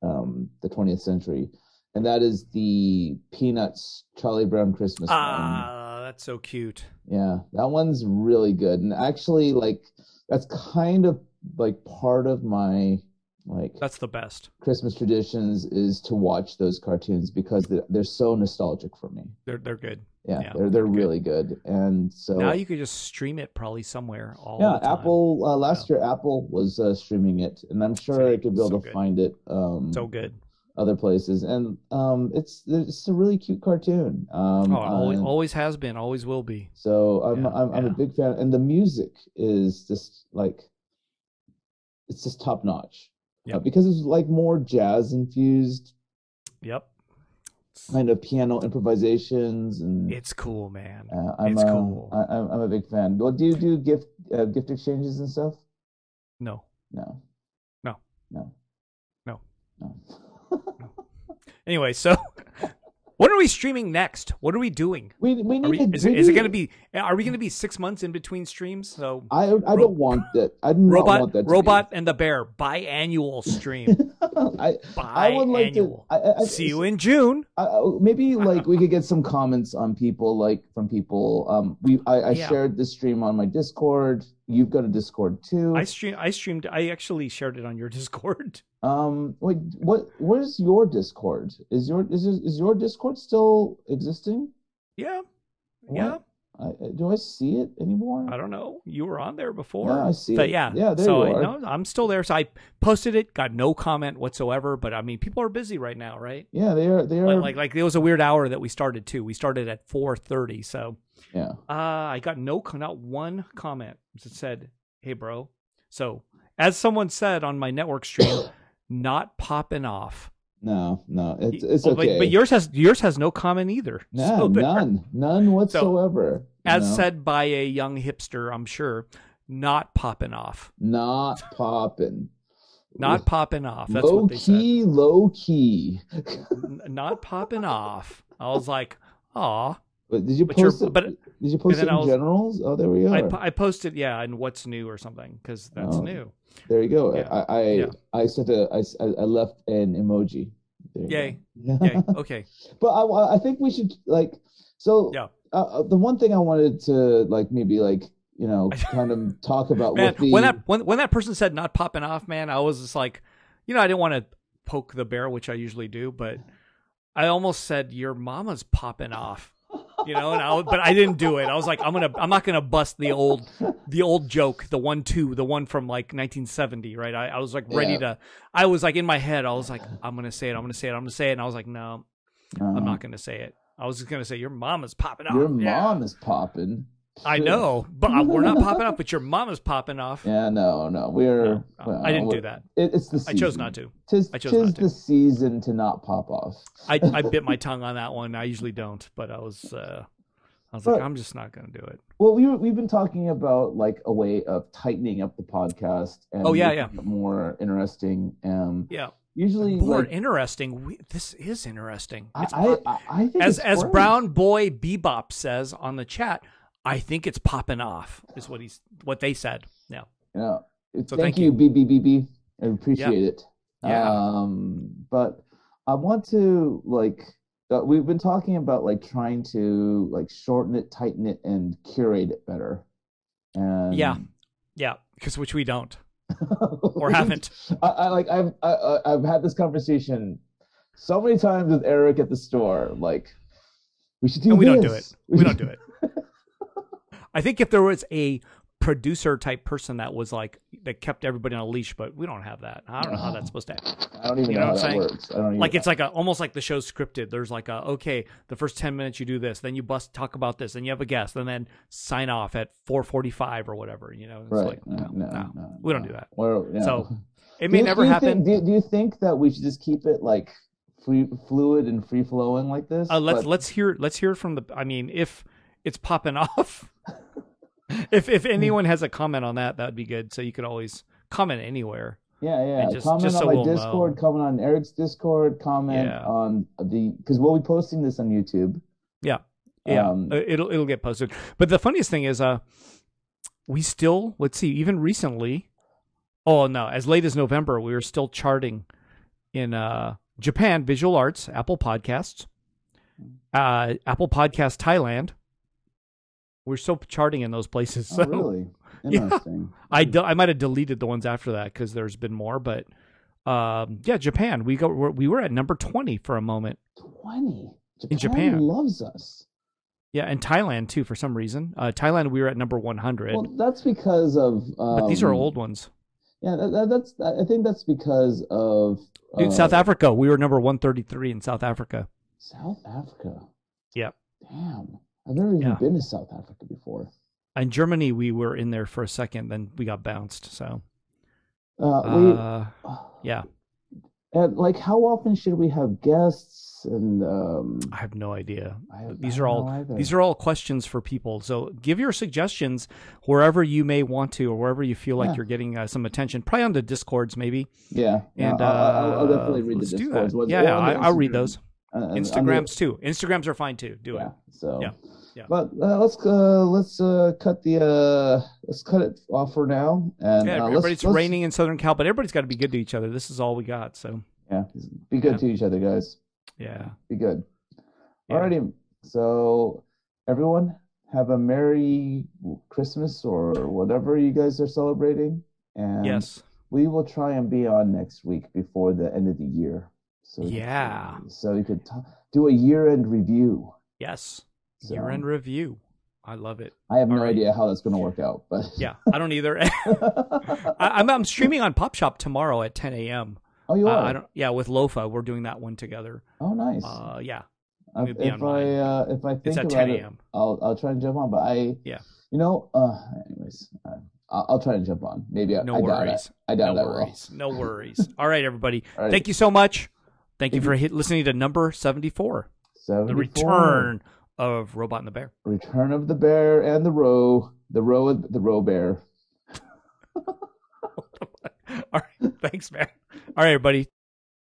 B: um the 20th century and that is the peanuts charlie brown christmas one.
A: Ah, that's so cute.
B: Yeah, that one's really good. And actually, like, that's kind of like part of my like
A: That's the best.
B: Christmas traditions is to watch those cartoons because they're, they're so nostalgic for me.
A: They're they're good.
B: Yeah,
A: Yeah,
B: they're they're
A: good.
B: really good. And so
A: now you could just stream it probably somewhere. All
B: yeah,
A: the time.
B: Apple uh, last year Apple was uh, streaming it, and I'm sure I could be
A: so
B: able to
A: good.
B: find it um
A: so good.
B: other places. And um, it's it's a really cute cartoon. Um,
A: Oh, always,
B: and-
A: always has been, always will be.
B: So I'm
A: Yeah,
B: I'm, I'm a
A: yeah.
B: big fan, and the music is just like it's just top notch. Uh,
A: Yeah.
B: because it's like more jazz infused
A: Yep,
B: kind of piano improvisations, and
A: it's cool, man.
B: uh, I'm
A: it's
B: a,
A: cool.
B: I, I'm I'm a big fan. Well, do you do gift uh, gift exchanges and stuff?
A: No,
B: No.
A: No.
B: No.
A: No.
B: No. *laughs*
A: anyway, so *laughs* what are we streaming next? What are we doing?
B: we we
A: Are
B: need
A: we,
B: to.
A: is
B: we
A: it, is it
B: need-
A: going to be? Are we going to be six months in between streams? So
B: I I
A: Ro-
B: don't want that. I do not want
A: robot,
B: that. to be-
A: robot, and the bear biannual stream.
B: *laughs* I I would like to.
A: biannual.
B: I, I, I-
A: See you in June.
B: I- I- maybe like we could get
A: *laughs*
B: some comments on people like from people um we i, I
A: Yeah.
B: shared this stream on my discord you've got a discord too
A: I stream. I streamed. I actually shared it on your *laughs* Discord.
B: um wait what what is your discord is your is your- is your discord still existing
A: Yeah,
B: What?
A: yeah.
B: I, I- do i see it anymore
A: I don't know. You were on there before.
B: Yeah, I see
A: But
B: it.
A: yeah.
B: Yeah, there
A: so
B: you
A: I-
B: are.
A: no, I'm still there. So I posted it, got no comment whatsoever. But I mean, people are busy right now, right?
B: yeah they are they are
A: Like, like, like it was a weird hour that we started too. We started at 4:30, so
B: yeah
A: uh, I got no, co- not one comment that said, "Hey, bro." So, as someone said on my network stream,
B: *coughs*
A: not popping off.
B: no no it's
A: Y-
B: it's
A: oh,
B: okay
A: but, but yours has yours has no comment either. *laughs*
B: no,
A: So there-
B: none none whatsoever
A: As
B: No.
A: said by a young hipster, I'm sure, not popping off.
B: not popping
A: Not popping off. That's
B: low
A: what they said.
B: key low key
A: N- not popping off. I was like, "Aw."
B: But did you
A: But you're-
B: post it?
A: but-
B: did you post
A: then
B: it
A: I
B: in
A: was-
B: generals? Oh, there we are.
A: I, po- I posted, yeah, and what's new or something because that's
B: Oh.
A: new.
B: there you go.
A: Yeah.
B: I I,
A: Yeah.
B: I sent a I, s- I I left an emoji. There you
A: Yay.
B: go. *laughs*
A: Yay. Okay.
B: but I wa- I think we should like so.
A: Yeah.
B: Uh, uh, the one thing I wanted to like maybe like
A: *laughs*
B: you know kind of talk about
A: Man,
B: with the
A: when that when when that person said not popping off, man, I was just like, you know, I didn't want to poke the bear, which I usually do, but I almost said your mama's popping off. You know, and I was- but I didn't do it. I was like, I'm gonna, I'm not gonna bust the old, the old joke, the one two, the one from like 1970, right? I, I was like ready
B: Yeah.
A: to, I was like in my head, I was like, I'm gonna say it, I'm gonna say it, I'm gonna say it, and I was like, no,
B: uh,
A: I'm not going to say it. I was just going to say your mom is popping off.
B: your
A: Yeah.
B: mom is popping.
A: I know, but I- we're not popping off. But your mom is popping off.
B: Yeah, no, no, we're.
A: No, no, I didn't
B: well,
A: do that.
B: It, it's the.
A: I
B: Season.
A: chose not to.
B: Tis,
A: I chose
B: tis
A: not to.
B: the season to not pop off.
A: I, I bit my tongue on that one. I usually don't, but I was uh, I was like,
B: But-
A: I'm just not going to do it.
B: Well, we were, we've been talking about like a way of tightening up the podcast. And
A: Oh, yeah,
B: making it More interesting. Um,
A: Yeah,
B: usually,
A: more
B: like,
A: interesting. We, this is interesting.
B: I,
A: It's
B: I, I, I think
A: as
B: it's
A: as
B: great.
A: Brown Boy Bebop says on the chat, I think it's popping off. Is what he's what they said. Yeah,
B: Yeah.
A: So
B: thank
A: thank
B: you, BBBB. I appreciate it.
A: Yeah.
B: Um, but I want to like uh, we've been talking about like trying to like shorten it, tighten it, and curate it better. And *laughs*
A: Yeah. yeah, because which we don't or haven't.
B: I, I like I've I, I- I've had this conversation so many times with Eric at the store. Like we should do
A: and we don't do
B: this.
A: it. We don't
B: *laughs*
A: do it. *laughs* I think if there was a producer type person that was like that kept everybody on a leash, but we don't have that. I don't know how that's supposed to happen.
B: I don't even
A: You
B: know,
A: know
B: how
A: what I'm saying?
B: that works. I don't even
A: Like it's like a almost like the show's scripted. There's like a okay, the first ten minutes you do this, then you bust talk about this, then you have a guest, and then sign off at four forty five or whatever. You know, it's
B: right.
A: like
B: no,
A: no,
B: no,
A: no.
B: no,
A: We don't
B: no.
A: do that.
B: Or, yeah.
A: So, it
B: Do
A: may
B: you-
A: never
B: do you
A: happen.
B: Think, do, you- do you think that we should just keep it like free, fluid and free flowing like this?
A: Uh, let's
B: But-
A: let's hear let's hear from the. I mean, if it's popping *laughs* off, if if anyone has a comment on that, that would be good. So you could always comment anywhere.
B: yeah, yeah.
A: and just-
B: comment
A: just
B: on
A: so
B: my
A: we'll
B: Discord.
A: know.
B: Comment on Eric's Discord. Comment
A: Yeah.
B: on the because we'll be posting this on YouTube.
A: Yeah. Yeah,
B: Um,
A: uh, it'll it'll get posted. But the funniest thing is, uh, we still let's see, even recently, oh no, as late as November, we were still charting in uh Japan, Visual Arts, Apple Podcasts,
B: Mm.
A: uh, Apple Podcast Thailand. We're still charting in those places.
B: oh,
A: So
B: really
A: *laughs*
B: Hmm.
A: Yeah.
B: interesting.
A: I, del- I might have deleted the ones after that because there's been more, but um, yeah, Japan. We go. We're, we were at number twenty for a moment.
B: Twenty. Japan,
A: In Japan.
B: loves us.
A: Yeah, and Thailand too for some reason. Uh, Thailand, we were at number one hundred.
B: Well, that's because of. Um,
A: but these are old ones.
B: Yeah, that, that, that's. I think that's because of
A: Dude,
B: uh,
A: South Africa. We were number one thirty three in South Africa.
B: South Africa.
A: Yep.
B: Damn, I've never even
A: Yeah.
B: been to South Africa before.
A: And Germany, we were in there for a second, then we got bounced. So
B: Uh, we,
A: uh, yeah,
B: And like, how often should we have guests? And um,
A: I have no idea.
B: I have,
A: These are all These are all questions for people. So give your suggestions wherever you may want to, or wherever you feel like
B: Yeah.
A: you're getting uh, some attention. Probably on the discords, maybe.
B: yeah. yeah,
A: And
B: I'll, I'll- I'll
A: uh,
B: definitely read
A: let's
B: the
A: do
B: Discords
A: that.
B: ones
A: Yeah,
B: or
A: yeah
B: on
A: I,
B: the
A: I'll read
B: Instagram.
A: those.
B: Uh, on the-
A: Instagrams too. Instagrams are fine too. Do
B: yeah.
A: it.
B: So.
A: Yeah, yeah.
B: But uh, let's uh, let's uh, cut the uh, let's cut it off for now. And
A: Yeah,
B: uh, let's-
A: everybody's
B: let's-
A: raining in Southern Cal, but everybody's got to be good to each other. This is all we got. So
B: Yeah, be good
A: Yeah.
B: to each other, guys.
A: yeah.
B: Be good.
A: Yeah.
B: Alrighty. So everyone have a merry Christmas or whatever you guys are celebrating. And
A: yes.
B: we will try and be on next week before the end of the year. So we could-
A: Yeah.
B: so we could ta do a year-end review.
A: Yes.
B: So
A: Year end review. I love it.
B: I have no
A: Alright.
B: idea how that's going to work out, but
A: Yeah, I don't either. *laughs* I, I'm I'm streaming on Pop Shop tomorrow at 10 a.m.
B: *laughs* oh, you
A: Uh,
B: are.
A: I don't. Yeah, with Lofa, we're doing that one together.
B: oh, nice.
A: Uh, yeah,
B: Uh,
A: we'll be
B: if
A: online.
B: I uh, if I think
A: it's at
B: about
A: 10
B: it,
A: a.m.
B: I'll I'll try and jump on. But I
A: Yeah.
B: you know, uh, anyways, uh, I'll, I'll try and jump on. Maybe I,
A: No
B: I doubt it.
A: worries.
B: I doubt
A: No
B: I will.
A: worries. No
B: *laughs*
A: worries. All right, everybody.
B: Alright.
A: Thank you so much. Thank you for hit, listening to number 74, the
B: 74.
A: return of Robot and the Bear. *laughs*
B: Return of the Bear and the Roe. The Roe the Roe Bear.
A: All right. Thanks, Bear. All right, everybody.